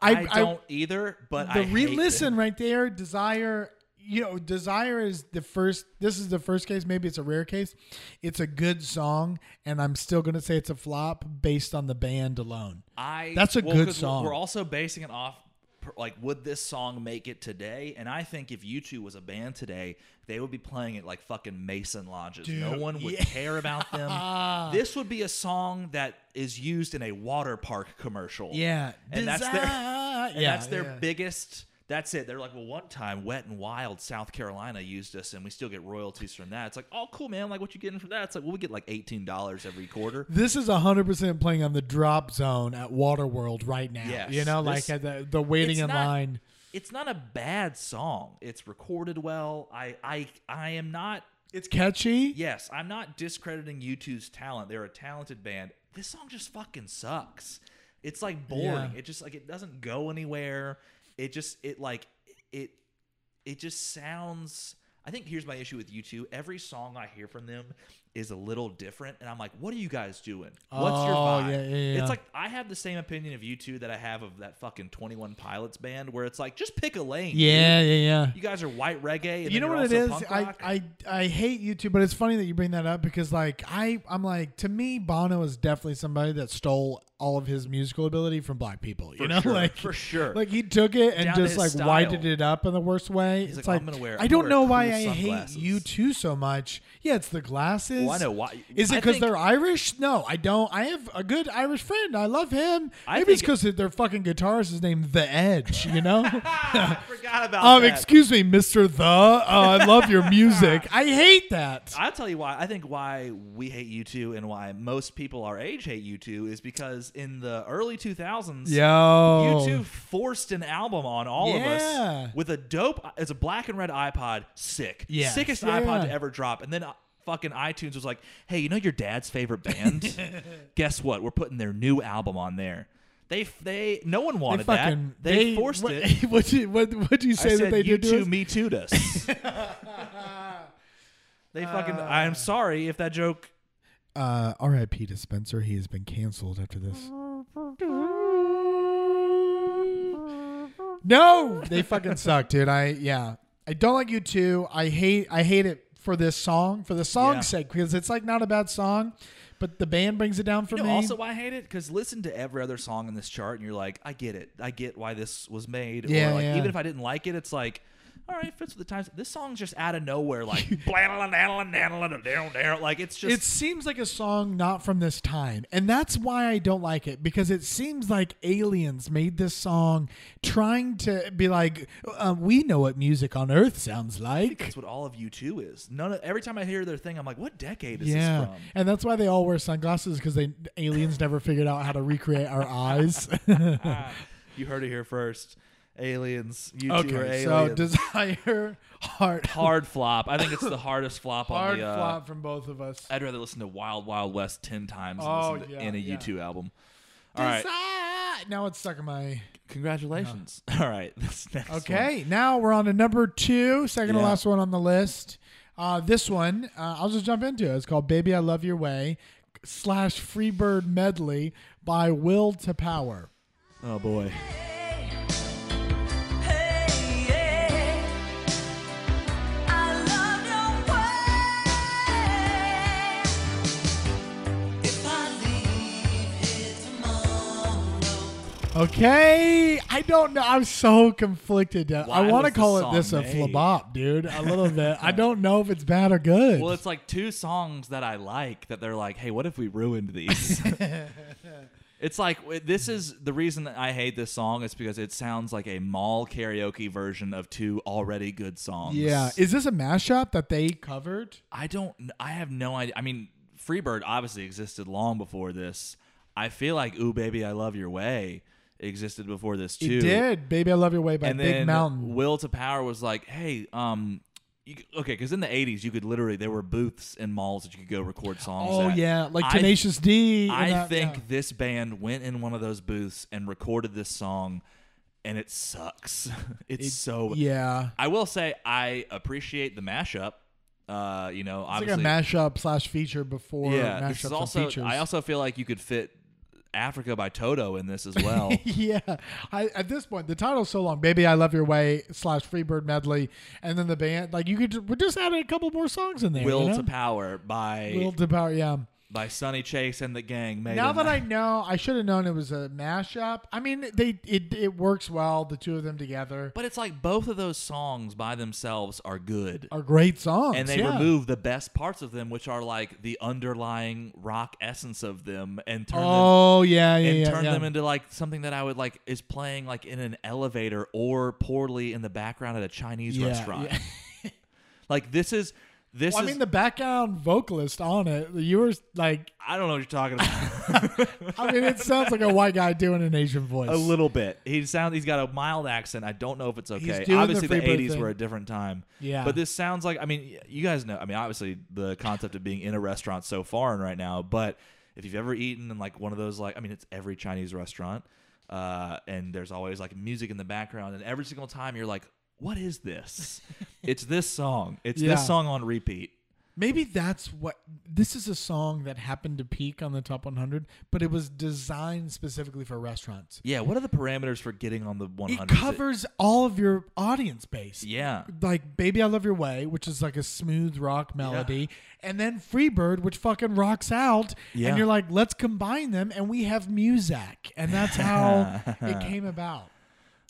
Speaker 1: I, don't either, but
Speaker 2: the
Speaker 1: I hate
Speaker 2: re-listen
Speaker 1: it.
Speaker 2: right there, desire. you know, Desire is the first. This is the first case. Maybe it's a rare case. It's a good song, and I'm still gonna say it's a flop based on the band alone.
Speaker 1: I
Speaker 2: That's a
Speaker 1: well,
Speaker 2: good
Speaker 1: 'cause we're-
Speaker 2: song.
Speaker 1: We're also basing it off per- like would this song make it today? And I think if U2 was a band today, they would be playing it like fucking Mason lodges. no
Speaker 2: Dude,
Speaker 1: one would
Speaker 2: yeah.
Speaker 1: care about them. this would be a song that is used in a water park commercial.
Speaker 2: Yeah,
Speaker 1: And that's their
Speaker 2: Desire.
Speaker 1: and
Speaker 2: Yeah,
Speaker 1: that's their
Speaker 2: yeah.
Speaker 1: biggest that's it. They're like, well, one time Wet and Wild South Carolina used us, and we still get royalties from that. It's like, oh, cool, man. Like, what you getting from that? It's like, well, we get like eighteen dollars every quarter.
Speaker 2: This is 100% playing on the drop zone at Waterworld right now.
Speaker 1: Yes,
Speaker 2: you know,
Speaker 1: this-
Speaker 2: like at the, the waiting
Speaker 1: it's
Speaker 2: in
Speaker 1: not-
Speaker 2: line.
Speaker 1: It's not a bad song. It's recorded well. I I I am not
Speaker 2: It's catchy.
Speaker 1: yes, I'm not discrediting U2's talent. They're a talented band. This song just fucking sucks. It's like boring.
Speaker 2: Yeah.
Speaker 1: It just like it doesn't go anywhere. It just it like it it just sounds I think here's my issue with U2. Every song I hear from them is a little different and I'm like, "What are you guys doing? What's your
Speaker 2: Oh,
Speaker 1: vibe?"
Speaker 2: yeah, yeah, yeah.
Speaker 1: It's like I have the same opinion of U2 that I have of that fucking 21 Pilots band where it's like, "Just pick a lane." dude.
Speaker 2: Yeah, yeah, yeah.
Speaker 1: You guys are white reggae and
Speaker 2: you know
Speaker 1: then you're
Speaker 2: what it
Speaker 1: also
Speaker 2: is
Speaker 1: punk
Speaker 2: I,
Speaker 1: rock.
Speaker 2: I i hate youtube but it's funny that you bring that up because like i i'm like to me bono is definitely somebody that stole all of his musical ability from black people you
Speaker 1: For
Speaker 2: know
Speaker 1: sure,
Speaker 2: like
Speaker 1: for sure.
Speaker 2: like he took it and
Speaker 1: Down to
Speaker 2: just
Speaker 1: his
Speaker 2: like
Speaker 1: style.
Speaker 2: widened it up in the worst way
Speaker 1: He's
Speaker 2: it's
Speaker 1: like,
Speaker 2: like,
Speaker 1: "I'm gonna wear-
Speaker 2: i
Speaker 1: I'm
Speaker 2: don't
Speaker 1: gonna
Speaker 2: know
Speaker 1: wear
Speaker 2: why
Speaker 1: cool
Speaker 2: i
Speaker 1: sunglasses."
Speaker 2: hate you two so much yeah it's the glasses
Speaker 1: Well, I know why-
Speaker 2: is
Speaker 1: I
Speaker 2: it because
Speaker 1: think-
Speaker 2: they're irish no i don't i have a good irish friend i love him
Speaker 1: I
Speaker 2: maybe it's
Speaker 1: think-
Speaker 2: because their fucking guitarist is named the edge you know
Speaker 1: Ah, I forgot about
Speaker 2: Um,
Speaker 1: that.
Speaker 2: excuse me, Mr. The. Uh, I love your music. I hate that.
Speaker 1: I'll tell you why. I think why we hate you two and why most people our age hate you two is because in the early 2000s,
Speaker 2: Yo.
Speaker 1: you two forced an album on all of
Speaker 2: Yeah.
Speaker 1: us with a dope, it's a black and red iPod, sick.
Speaker 2: Yes.
Speaker 1: Sickest
Speaker 2: Yeah.
Speaker 1: iPod to ever drop. And then uh, fucking iTunes was like, hey, you know your dad's favorite band? Guess what? We're putting their new album on there. They, they, no one wanted that. They, forced
Speaker 2: what,
Speaker 1: it.
Speaker 2: What did what, what do you say
Speaker 1: I
Speaker 2: that
Speaker 1: said,
Speaker 2: they
Speaker 1: you
Speaker 2: did to
Speaker 1: two
Speaker 2: us?
Speaker 1: me too'd us. they fucking. I'm sorry if that joke.
Speaker 2: Uh, R.I.P. to Spencer. He has been canceled after this. No, they fucking suck, dude. I yeah, I don't like you too. I hate I hate it for this song for the song's
Speaker 1: Yeah.
Speaker 2: sake because it's like not a bad song, but the band brings it down for
Speaker 1: You
Speaker 2: me.
Speaker 1: know also why I hate it because listen to every other song in this chart and you're like, I get it. I get why this was made.
Speaker 2: Yeah,
Speaker 1: or like,
Speaker 2: yeah.
Speaker 1: Even if I didn't like it, it's like. All right, fits with the times. This song's just out of nowhere, like like it's just
Speaker 2: it seems like a song not from this time and that's why i don't like it because it seems like aliens made this song trying to be like uh, we know what music on earth sounds like
Speaker 1: that's what all of you two is. None of, every time I hear their thing, I'm like, what decade is this
Speaker 2: yeah
Speaker 1: from?
Speaker 2: and that's why they all wear sunglasses because they aliens never figured out how to recreate our eyes
Speaker 1: You heard it here first. Aliens, you two are
Speaker 2: okay
Speaker 1: aliens.
Speaker 2: so desire heart
Speaker 1: hard flop. I think it's the hardest flop on
Speaker 2: hard
Speaker 1: the. Uh,
Speaker 2: flop from both of us
Speaker 1: I'd rather listen to Wild Wild West ten times than
Speaker 2: Oh,
Speaker 1: listen to
Speaker 2: yeah,
Speaker 1: in a
Speaker 2: yeah.
Speaker 1: U2 album. All right,
Speaker 2: Desire- now it's stuck in my
Speaker 1: congratulations. All right, this next one.
Speaker 2: Okay, now we're on to number two, second
Speaker 1: Yeah.
Speaker 2: to last one on the list. Uh, this one, uh, I'll just jump into it. It's called "Baby I Love Your Way" slash "Freebird Medley" by Will to Power.
Speaker 1: Oh boy.
Speaker 2: Okay, I don't know. I'm so conflicted. Uh,
Speaker 1: Why
Speaker 2: I want to
Speaker 1: was this
Speaker 2: call
Speaker 1: song
Speaker 2: it this a
Speaker 1: made?
Speaker 2: flabop, dude. A little bit. I don't know if it's bad or good.
Speaker 1: Well, it's like two songs that I like that they're like, hey, what if we ruined these? it's like w- this is the reason that I hate this song is because it sounds like a mall karaoke version of two already good songs.
Speaker 2: yeah, is this a mashup that they covered?
Speaker 1: I don't. kn- I have no idea. I mean, Freebird obviously existed long before this. I feel like "Ooh, Baby, I Love Your Way" existed before this too.
Speaker 2: It did. "Baby I Love Your Way" by
Speaker 1: And
Speaker 2: Big
Speaker 1: then
Speaker 2: Mountain.
Speaker 1: Will to Power was like, "Hey, um." You, c- okay, because in the '80s, you could literally there were booths in malls that you could go record songs.
Speaker 2: oh
Speaker 1: at.
Speaker 2: yeah, like
Speaker 1: I-
Speaker 2: Tenacious D. and
Speaker 1: I
Speaker 2: that-
Speaker 1: think
Speaker 2: yeah.
Speaker 1: this band went in one of those booths and recorded this song, and it sucks. it's so
Speaker 2: Yeah.
Speaker 1: I will say I appreciate the mashup. Uh, you know,
Speaker 2: It's
Speaker 1: obviously
Speaker 2: like a mashup slash feature before
Speaker 1: yeah,
Speaker 2: mashups
Speaker 1: this is
Speaker 2: and
Speaker 1: also.
Speaker 2: features.
Speaker 1: I also feel like you could fit Africa by Toto in this as well.
Speaker 2: yeah. I, at this point, the title's so long. Baby, I Love Your Way slash Freebird Medley, and then the band. Like you could ju- we just added a couple more songs in there. you
Speaker 1: Will
Speaker 2: know?
Speaker 1: to Power by
Speaker 2: Will to power. Yeah.
Speaker 1: by Sonny Chase and the gang. Made
Speaker 2: Now
Speaker 1: in
Speaker 2: that
Speaker 1: the-
Speaker 2: I know, I should have known it was a mashup. I mean, they it it works well. The two of them together
Speaker 1: but it's like both of those songs by themselves are good.
Speaker 2: are great songs.
Speaker 1: and they
Speaker 2: yeah.
Speaker 1: remove the best parts of them, which are like the underlying rock essence of them, and turn them
Speaker 2: Oh yeah, yeah,
Speaker 1: and
Speaker 2: yeah,
Speaker 1: turn
Speaker 2: yeah.
Speaker 1: them into like something that I would like is playing like in an elevator or poorly in the background at a Chinese
Speaker 2: Yeah,
Speaker 1: restaurant.
Speaker 2: yeah.
Speaker 1: like this is this
Speaker 2: Well, I
Speaker 1: is
Speaker 2: mean, the background vocalist on it. You were like,
Speaker 1: I don't know what you're talking about.
Speaker 2: I mean, it sounds like a white guy doing an Asian voice.
Speaker 1: a little bit. He sound he's got a mild accent. I don't know if it's okay.
Speaker 2: doing the
Speaker 1: Obviously, the,
Speaker 2: Freebird
Speaker 1: 80s
Speaker 2: thing.
Speaker 1: were a different time.
Speaker 2: Yeah.
Speaker 1: But this sounds like I mean, y- you guys know. I mean, obviously, the concept of being in a restaurant so foreign right now. But if you've ever eaten in like one of those, like I mean, it's every Chinese restaurant, uh, and there's always like music in the background, and every single time you're like, "What is this? it's this song. It's
Speaker 2: Yeah.
Speaker 1: this song on repeat."
Speaker 2: Maybe that's what this is a song that happened to peak on the top 100, but it was designed specifically for restaurants.
Speaker 1: Yeah. What are the parameters for getting on the 100?
Speaker 2: It covers all of your audience base.
Speaker 1: Yeah.
Speaker 2: Like Baby I Love Your Way, which is like a smooth rock melody, and then Freebird, which fucking rocks out.
Speaker 1: Yeah.
Speaker 2: And you're like, let's combine them, and we have Muzak. And that's how it came about.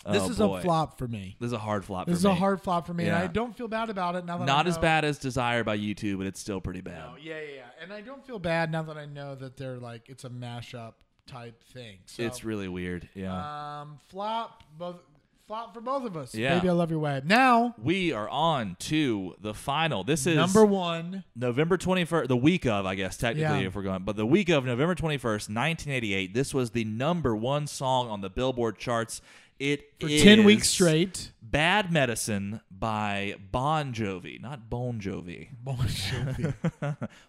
Speaker 2: This
Speaker 1: Oh,
Speaker 2: is
Speaker 1: boy.
Speaker 2: a flop for me.
Speaker 1: This is a hard flop.
Speaker 2: This
Speaker 1: for
Speaker 2: is
Speaker 1: me.
Speaker 2: a hard flop for me,
Speaker 1: Yeah.
Speaker 2: and I don't feel bad about it now that I
Speaker 1: Not as
Speaker 2: know-
Speaker 1: bad as Desire by you two, but it's still pretty bad.
Speaker 2: Oh, yeah, yeah, yeah. And I don't feel bad now that I know that they're like it's a mashup type thing. So
Speaker 1: It's really weird. Yeah.
Speaker 2: um flop both flop for both of us.
Speaker 1: Yeah.
Speaker 2: Baby I love your way. Now
Speaker 1: we are on to the final. This is
Speaker 2: number one.
Speaker 1: November 21st, the week of, I guess, technically,
Speaker 2: Yeah.
Speaker 1: if we're going, but the week of November 21st, 1988. This was the number one song on the Billboard charts. It
Speaker 2: For ten
Speaker 1: is
Speaker 2: weeks straight.
Speaker 1: Bad Medicine by Bon Jovi, not Bon Jovi.
Speaker 2: Bon Jovi.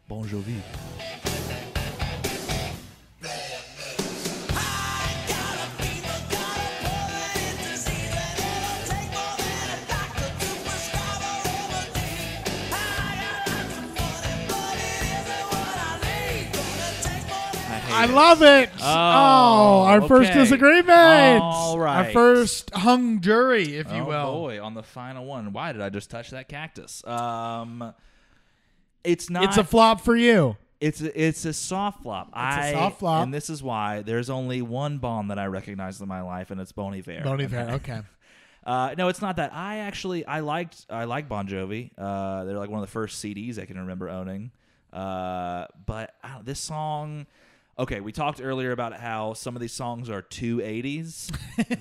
Speaker 1: Bon Jovi. hate
Speaker 2: I
Speaker 1: it.
Speaker 2: love it. Oh, our first
Speaker 1: okay.
Speaker 2: disagreement.
Speaker 1: All
Speaker 2: Our
Speaker 1: right.
Speaker 2: first hung jury, if you
Speaker 1: oh
Speaker 2: will.
Speaker 1: boy, on the final one. Why did I just touch that cactus? Um, it's not.
Speaker 2: It's a flop for you.
Speaker 1: It's a, it's a soft flop. I,
Speaker 2: soft flop.
Speaker 1: and this is why there's only one bond that I recognize in my life, and it's Bon Iver.
Speaker 2: Bon Iver. Okay.
Speaker 1: Uh, no, it's not that. I actually I liked I like Bon Jovi. Uh, they're like one of the first CDs I can remember owning. Uh, but I don't, this song, okay, we talked earlier about how some of these songs are two eighties.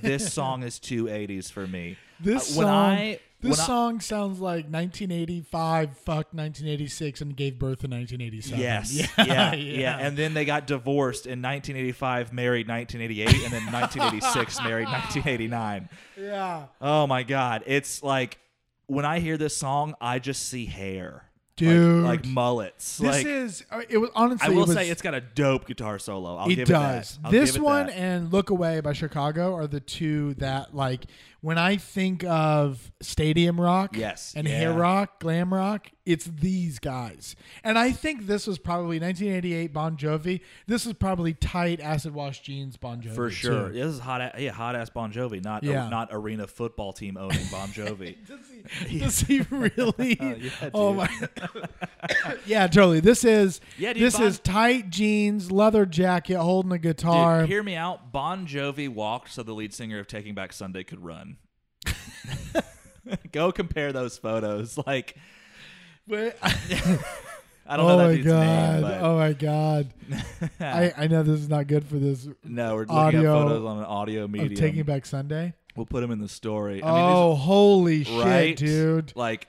Speaker 1: this song is two eighties for me.
Speaker 2: This
Speaker 1: Uh, when
Speaker 2: song,
Speaker 1: I
Speaker 2: this
Speaker 1: when I-
Speaker 2: song sounds like 1985, fuck 1986, and gave birth in 1987.
Speaker 1: Yes.
Speaker 2: Yeah.
Speaker 1: Yeah, yeah. And then they got divorced in 1985, married 1988, and then 1986, married 1989.
Speaker 2: Yeah.
Speaker 1: Oh my God. It's like when I hear this song, I just see hair. Like-
Speaker 2: Dude.
Speaker 1: Like, mullets.
Speaker 2: This
Speaker 1: like,
Speaker 2: is, uh, it was honestly,
Speaker 1: I will
Speaker 2: it was,
Speaker 1: say it's got a dope guitar solo. I'll
Speaker 2: it
Speaker 1: give
Speaker 2: does.
Speaker 1: it that. I'll
Speaker 2: this
Speaker 1: give it
Speaker 2: one
Speaker 1: that.
Speaker 2: and Look Away by Chicago are the two that, like, when I think of stadium rock
Speaker 1: Yes,
Speaker 2: and
Speaker 1: yeah.
Speaker 2: hair rock, glam rock, it's these guys. And I think this was probably 1988 Bon Jovi. This was probably tight acid wash jeans Bon Jovi.
Speaker 1: For sure.
Speaker 2: too.
Speaker 1: This is hot, a- yeah, hot ass Bon Jovi, not,
Speaker 2: Yeah.
Speaker 1: not arena football team owning Bon Jovi.
Speaker 2: Does he, does he really?
Speaker 1: yeah,
Speaker 2: oh
Speaker 1: dude.
Speaker 2: my! yeah, totally. This is
Speaker 1: Yeah, dude,
Speaker 2: this
Speaker 1: Bon-
Speaker 2: is tight jeans, leather jacket, holding a guitar.
Speaker 1: Dude, hear me out. Bon Jovi walked so the lead singer of Taking Back Sunday could run. Go compare those photos. Like
Speaker 2: But-
Speaker 1: I don't
Speaker 2: oh,
Speaker 1: know that
Speaker 2: my
Speaker 1: dude's
Speaker 2: god,
Speaker 1: name, but
Speaker 2: oh my god! I I know this is not good for this.
Speaker 1: no, we're looking
Speaker 2: Audio
Speaker 1: at photos on an audio medium.
Speaker 2: Of Taking Back Sunday.
Speaker 1: We'll put him in the story.
Speaker 2: oh, holy
Speaker 1: I mean, these- right,
Speaker 2: shit, dude!
Speaker 1: Like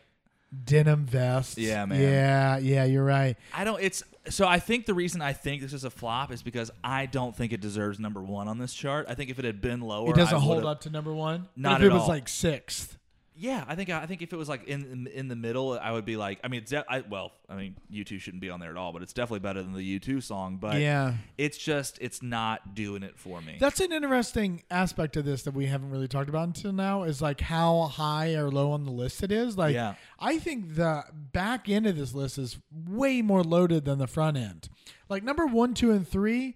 Speaker 2: Denim vest.
Speaker 1: Yeah, man.
Speaker 2: Yeah, yeah, you're right.
Speaker 1: I don't. It's so. I think the reason I think this is a flop is because I don't think it deserves number one on this chart. I think if it had been lower,
Speaker 2: It doesn't
Speaker 1: I
Speaker 2: hold
Speaker 1: would've-
Speaker 2: up to number one. But
Speaker 1: Not
Speaker 2: if it
Speaker 1: at
Speaker 2: was
Speaker 1: all.
Speaker 2: like sixth.
Speaker 1: Yeah, I think I think if it was like in in, in the middle, I would be like, I mean, it's de- I, well, I mean, U two shouldn't be on there at all, but it's definitely better than the U two song. But
Speaker 2: Yeah.
Speaker 1: it's just it's not doing it for me.
Speaker 2: That's an interesting aspect of this that we haven't really talked about until now is like how high or low on the list it is. Like,
Speaker 1: Yeah.
Speaker 2: I think the back end of this list is way more loaded than the front end. Like, number one, two, and three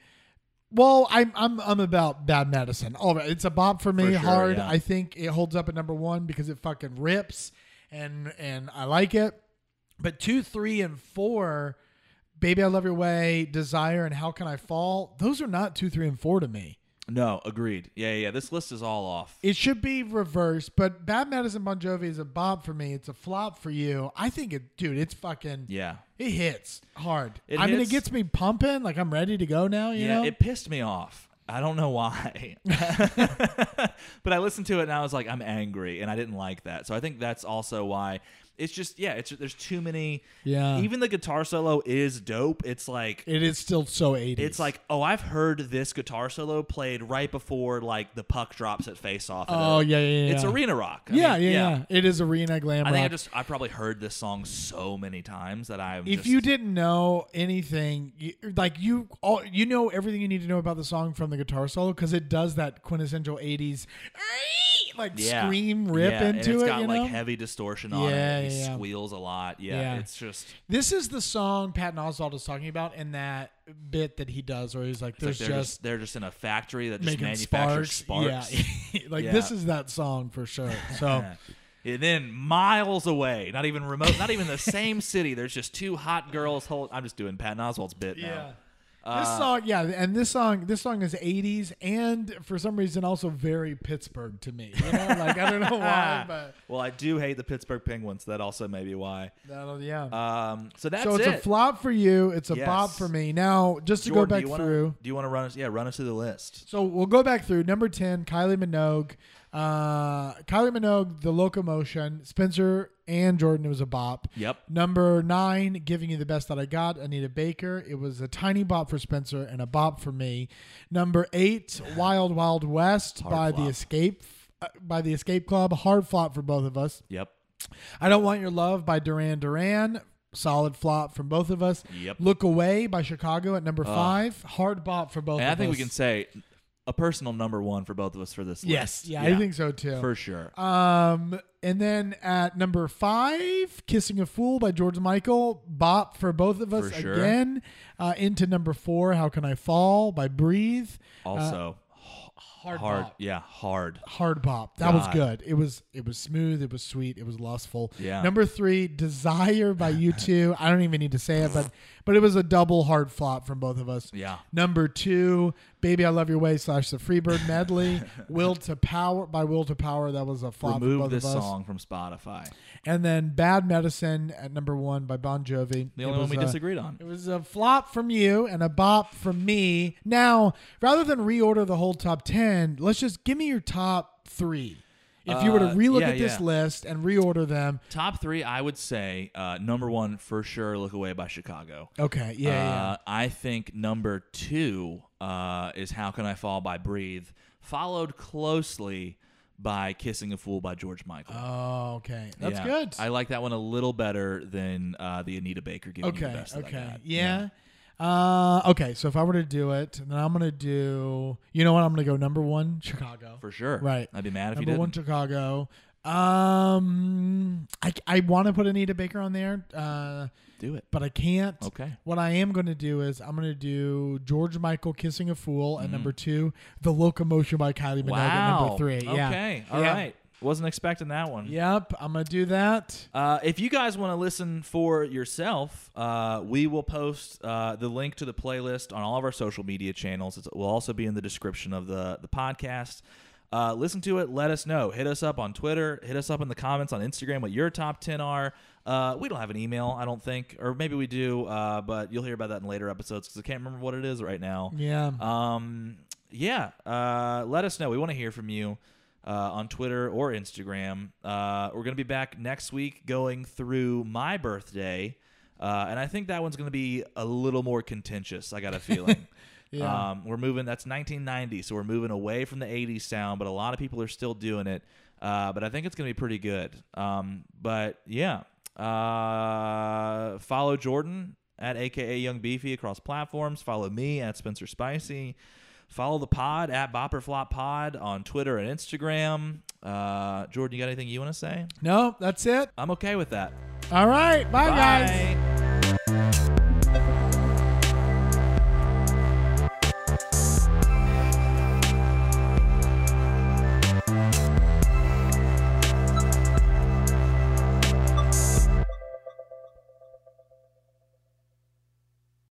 Speaker 2: Well, I'm I'm I'm about Bad Medicine. All right, it's a bop for me.
Speaker 1: sure,
Speaker 2: hard.
Speaker 1: yeah.
Speaker 2: I think it holds up at number one because it fucking rips, and and I like it. But two, three, and four, Baby I Love Your Way, Desire, and How Can I Fall? Those are not two, three, and four to me.
Speaker 1: No, agreed. Yeah, yeah, yeah. This list is all off.
Speaker 2: It should be reversed. But Bad Medicine Bon Jovi is a bop for me. It's a flop for you. I think it, dude. It's fucking.
Speaker 1: yeah.
Speaker 2: It hits hard.
Speaker 1: It
Speaker 2: I mean, it
Speaker 1: hits.
Speaker 2: gets me pumping. Like I'm ready to go now. You
Speaker 1: yeah,
Speaker 2: know.
Speaker 1: it pissed me off. I don't know why. but I listened to it and I was like, I'm angry, and I didn't like that. So I think that's also why. It's just yeah, it's there's too many.
Speaker 2: Yeah.
Speaker 1: Even the guitar solo is dope. It's like
Speaker 2: it is still so 80s.
Speaker 1: it's like oh, I've heard this guitar solo played right before like the puck drops at face off. at
Speaker 2: Oh,
Speaker 1: a-
Speaker 2: yeah, yeah, yeah.
Speaker 1: It's arena rock. I
Speaker 2: Yeah,
Speaker 1: mean,
Speaker 2: yeah, yeah, It is arena glam
Speaker 1: I
Speaker 2: rock.
Speaker 1: think I just I probably heard this song so many times that I
Speaker 2: if you didn't know anything, you, like you all, you know everything you need to know about the song from the guitar solo because it does that quintessential '80s, "Aye!" like
Speaker 1: yeah,
Speaker 2: scream rip
Speaker 1: yeah,
Speaker 2: into
Speaker 1: and it's
Speaker 2: it.
Speaker 1: got
Speaker 2: you
Speaker 1: like
Speaker 2: know?
Speaker 1: heavy distortion
Speaker 2: Yeah,
Speaker 1: on it. and
Speaker 2: yeah,
Speaker 1: He
Speaker 2: yeah.
Speaker 1: squeals a lot. Yeah,
Speaker 2: Yeah.
Speaker 1: it's just
Speaker 2: This is the song Patton Oswalt is talking about in that bit that he does where he's like,
Speaker 1: it's like
Speaker 2: "There's
Speaker 1: they're
Speaker 2: just,
Speaker 1: just, they're just in a factory that just
Speaker 2: making
Speaker 1: manufactures
Speaker 2: sparks,
Speaker 1: sparks.
Speaker 2: yeah." like
Speaker 1: Yeah.
Speaker 2: this is that song for sure. So.
Speaker 1: And then miles away, not even remote, not even the same city. There's just two hot girls. Hold, I'm just doing Patton Oswald's bit now. Uh,
Speaker 2: This song, yeah, and this song, this song is '80s, and for some reason also very Pittsburgh to me. You know, like I don't know why, but
Speaker 1: Ah, Well, I do hate the Pittsburgh Penguins. That also may be why.
Speaker 2: that'll, yeah.
Speaker 1: Um, so that's
Speaker 2: so it's
Speaker 1: it.
Speaker 2: a flop for you. It's a
Speaker 1: Yes.
Speaker 2: bop for me. Now, just to
Speaker 1: Jordan,
Speaker 2: go
Speaker 1: do
Speaker 2: back
Speaker 1: you wanna,
Speaker 2: through,
Speaker 1: Do you want to run us? Yeah, run us through the list.
Speaker 2: so we'll go back through number ten, Kylie Minogue, uh, Kylie Minogue, The Locomotion, Spencer and Jordan. It was a bop.
Speaker 1: Yep.
Speaker 2: Number nine, giving you the best that I got, Anita Baker. It was a tiny bop for Spencer and a bop for me. Number eight, Wild Wild West by
Speaker 1: flop.
Speaker 2: the Escape uh, by the Escape Club. Hard flop for both of us.
Speaker 1: Yep.
Speaker 2: I Don't Want Your Love by Duran Duran. Solid flop from both of us.
Speaker 1: Yep.
Speaker 2: Look Away by Chicago at number five. Hard bop for both
Speaker 1: And
Speaker 2: of
Speaker 1: I think
Speaker 2: us.
Speaker 1: we can say a personal number one for both of us for this
Speaker 2: Yes.
Speaker 1: list.
Speaker 2: Yeah, I think so too.
Speaker 1: For sure.
Speaker 2: Um, and then at number five, "Kissing a Fool" by George Michael, bop for both of us
Speaker 1: For sure.
Speaker 2: again. Uh, into number four, "How Can I Fall" by Breathe,
Speaker 1: also,
Speaker 2: hard,
Speaker 1: hard.
Speaker 2: bop.
Speaker 1: Yeah, hard.
Speaker 2: Hard bop. That was
Speaker 1: God.
Speaker 2: good. It was it was smooth. It was sweet. It was lustful.
Speaker 1: Yeah.
Speaker 2: Number three, "Desire" by U two. I don't even need to say it, but but it was a double hard flop from both of us.
Speaker 1: Yeah.
Speaker 2: Number two, "Baby I Love Your Way" slash the Freebird medley, "Will to Power" by Will to Power. That was a flop. for both
Speaker 1: Remove this
Speaker 2: of us.
Speaker 1: song from Spotify.
Speaker 2: And then Bad Medicine at number one by Bon Jovi.
Speaker 1: The
Speaker 2: It
Speaker 1: only one
Speaker 2: was uh,
Speaker 1: we
Speaker 2: a-
Speaker 1: disagreed on.
Speaker 2: It was a flop from you and a bop from me. Now, rather than reorder the whole top 10, let's just give me your top three. If you were to
Speaker 1: Uh,
Speaker 2: relook
Speaker 1: yeah,
Speaker 2: at this
Speaker 1: yeah.
Speaker 2: list and reorder them,
Speaker 1: Top three, I would say uh, number one for sure, "Look Away" by Chicago.
Speaker 2: okay, yeah, yeah.
Speaker 1: Uh, I think number two uh, is "How Can I Fall" by Breathe, followed closely by "Kissing a Fool" by George Michael.
Speaker 2: Oh, okay, that's
Speaker 1: Yeah.
Speaker 2: good.
Speaker 1: I like that one a little better than uh, the Anita Baker giving you the
Speaker 2: okay,
Speaker 1: best that I
Speaker 2: okay,
Speaker 1: got.
Speaker 2: yeah. Uh, okay, so if I were to do it, then I'm gonna do. You know what? I'm gonna go number one, Chicago.
Speaker 1: for sure.
Speaker 2: Right.
Speaker 1: I'd be mad if
Speaker 2: Number
Speaker 1: you
Speaker 2: one,
Speaker 1: didn't.
Speaker 2: Chicago. Um, I, I want to put Anita Baker on there, uh,
Speaker 1: Do it.
Speaker 2: but I can't.
Speaker 1: Okay.
Speaker 2: What I am going to do is I'm going to do George Michael kissing a fool at number two, The Locomotion by Kylie Minogue at
Speaker 1: Mm. Wow.
Speaker 2: number three. Yeah.
Speaker 1: Okay. All
Speaker 2: Yeah.
Speaker 1: right. Wasn't expecting that one.
Speaker 2: Yep. I'm going to do that.
Speaker 1: Uh, if you guys want to listen for yourself, uh, we will post uh, the link to the playlist on all of our social media channels. It will also be in the description of the, the podcast. Uh, listen to it. Let us know. Hit us up on Twitter. Hit us up in the comments on Instagram what your top 10 are. Uh, we don't have an email, I don't think, or maybe we do, uh, but you'll hear about that in later episodes because I can't remember what it is right now.
Speaker 2: Yeah.
Speaker 1: Um, yeah. Uh, let us know. We want to hear from you uh, on Twitter or Instagram. Uh, we're going to be back next week going through my birthday. Uh, and I think that one's going to be a little more contentious. I got a feeling.
Speaker 2: Yeah.
Speaker 1: Um, we're moving, that's 1990. So we're moving away from the 80s sound, but a lot of people are still doing it. Uh, but I think it's going to be pretty good. Um, but yeah. Uh, follow Jordan at AKA Young Beefy across platforms. Follow me at Spencer Spicy. Follow the pod at Bopperflop Pod on Twitter and Instagram. Uh, Jordan, you got anything you want to say?
Speaker 2: no, that's it.
Speaker 1: I'm okay with that.
Speaker 2: All right. Bye. guys.
Speaker 1: Bye.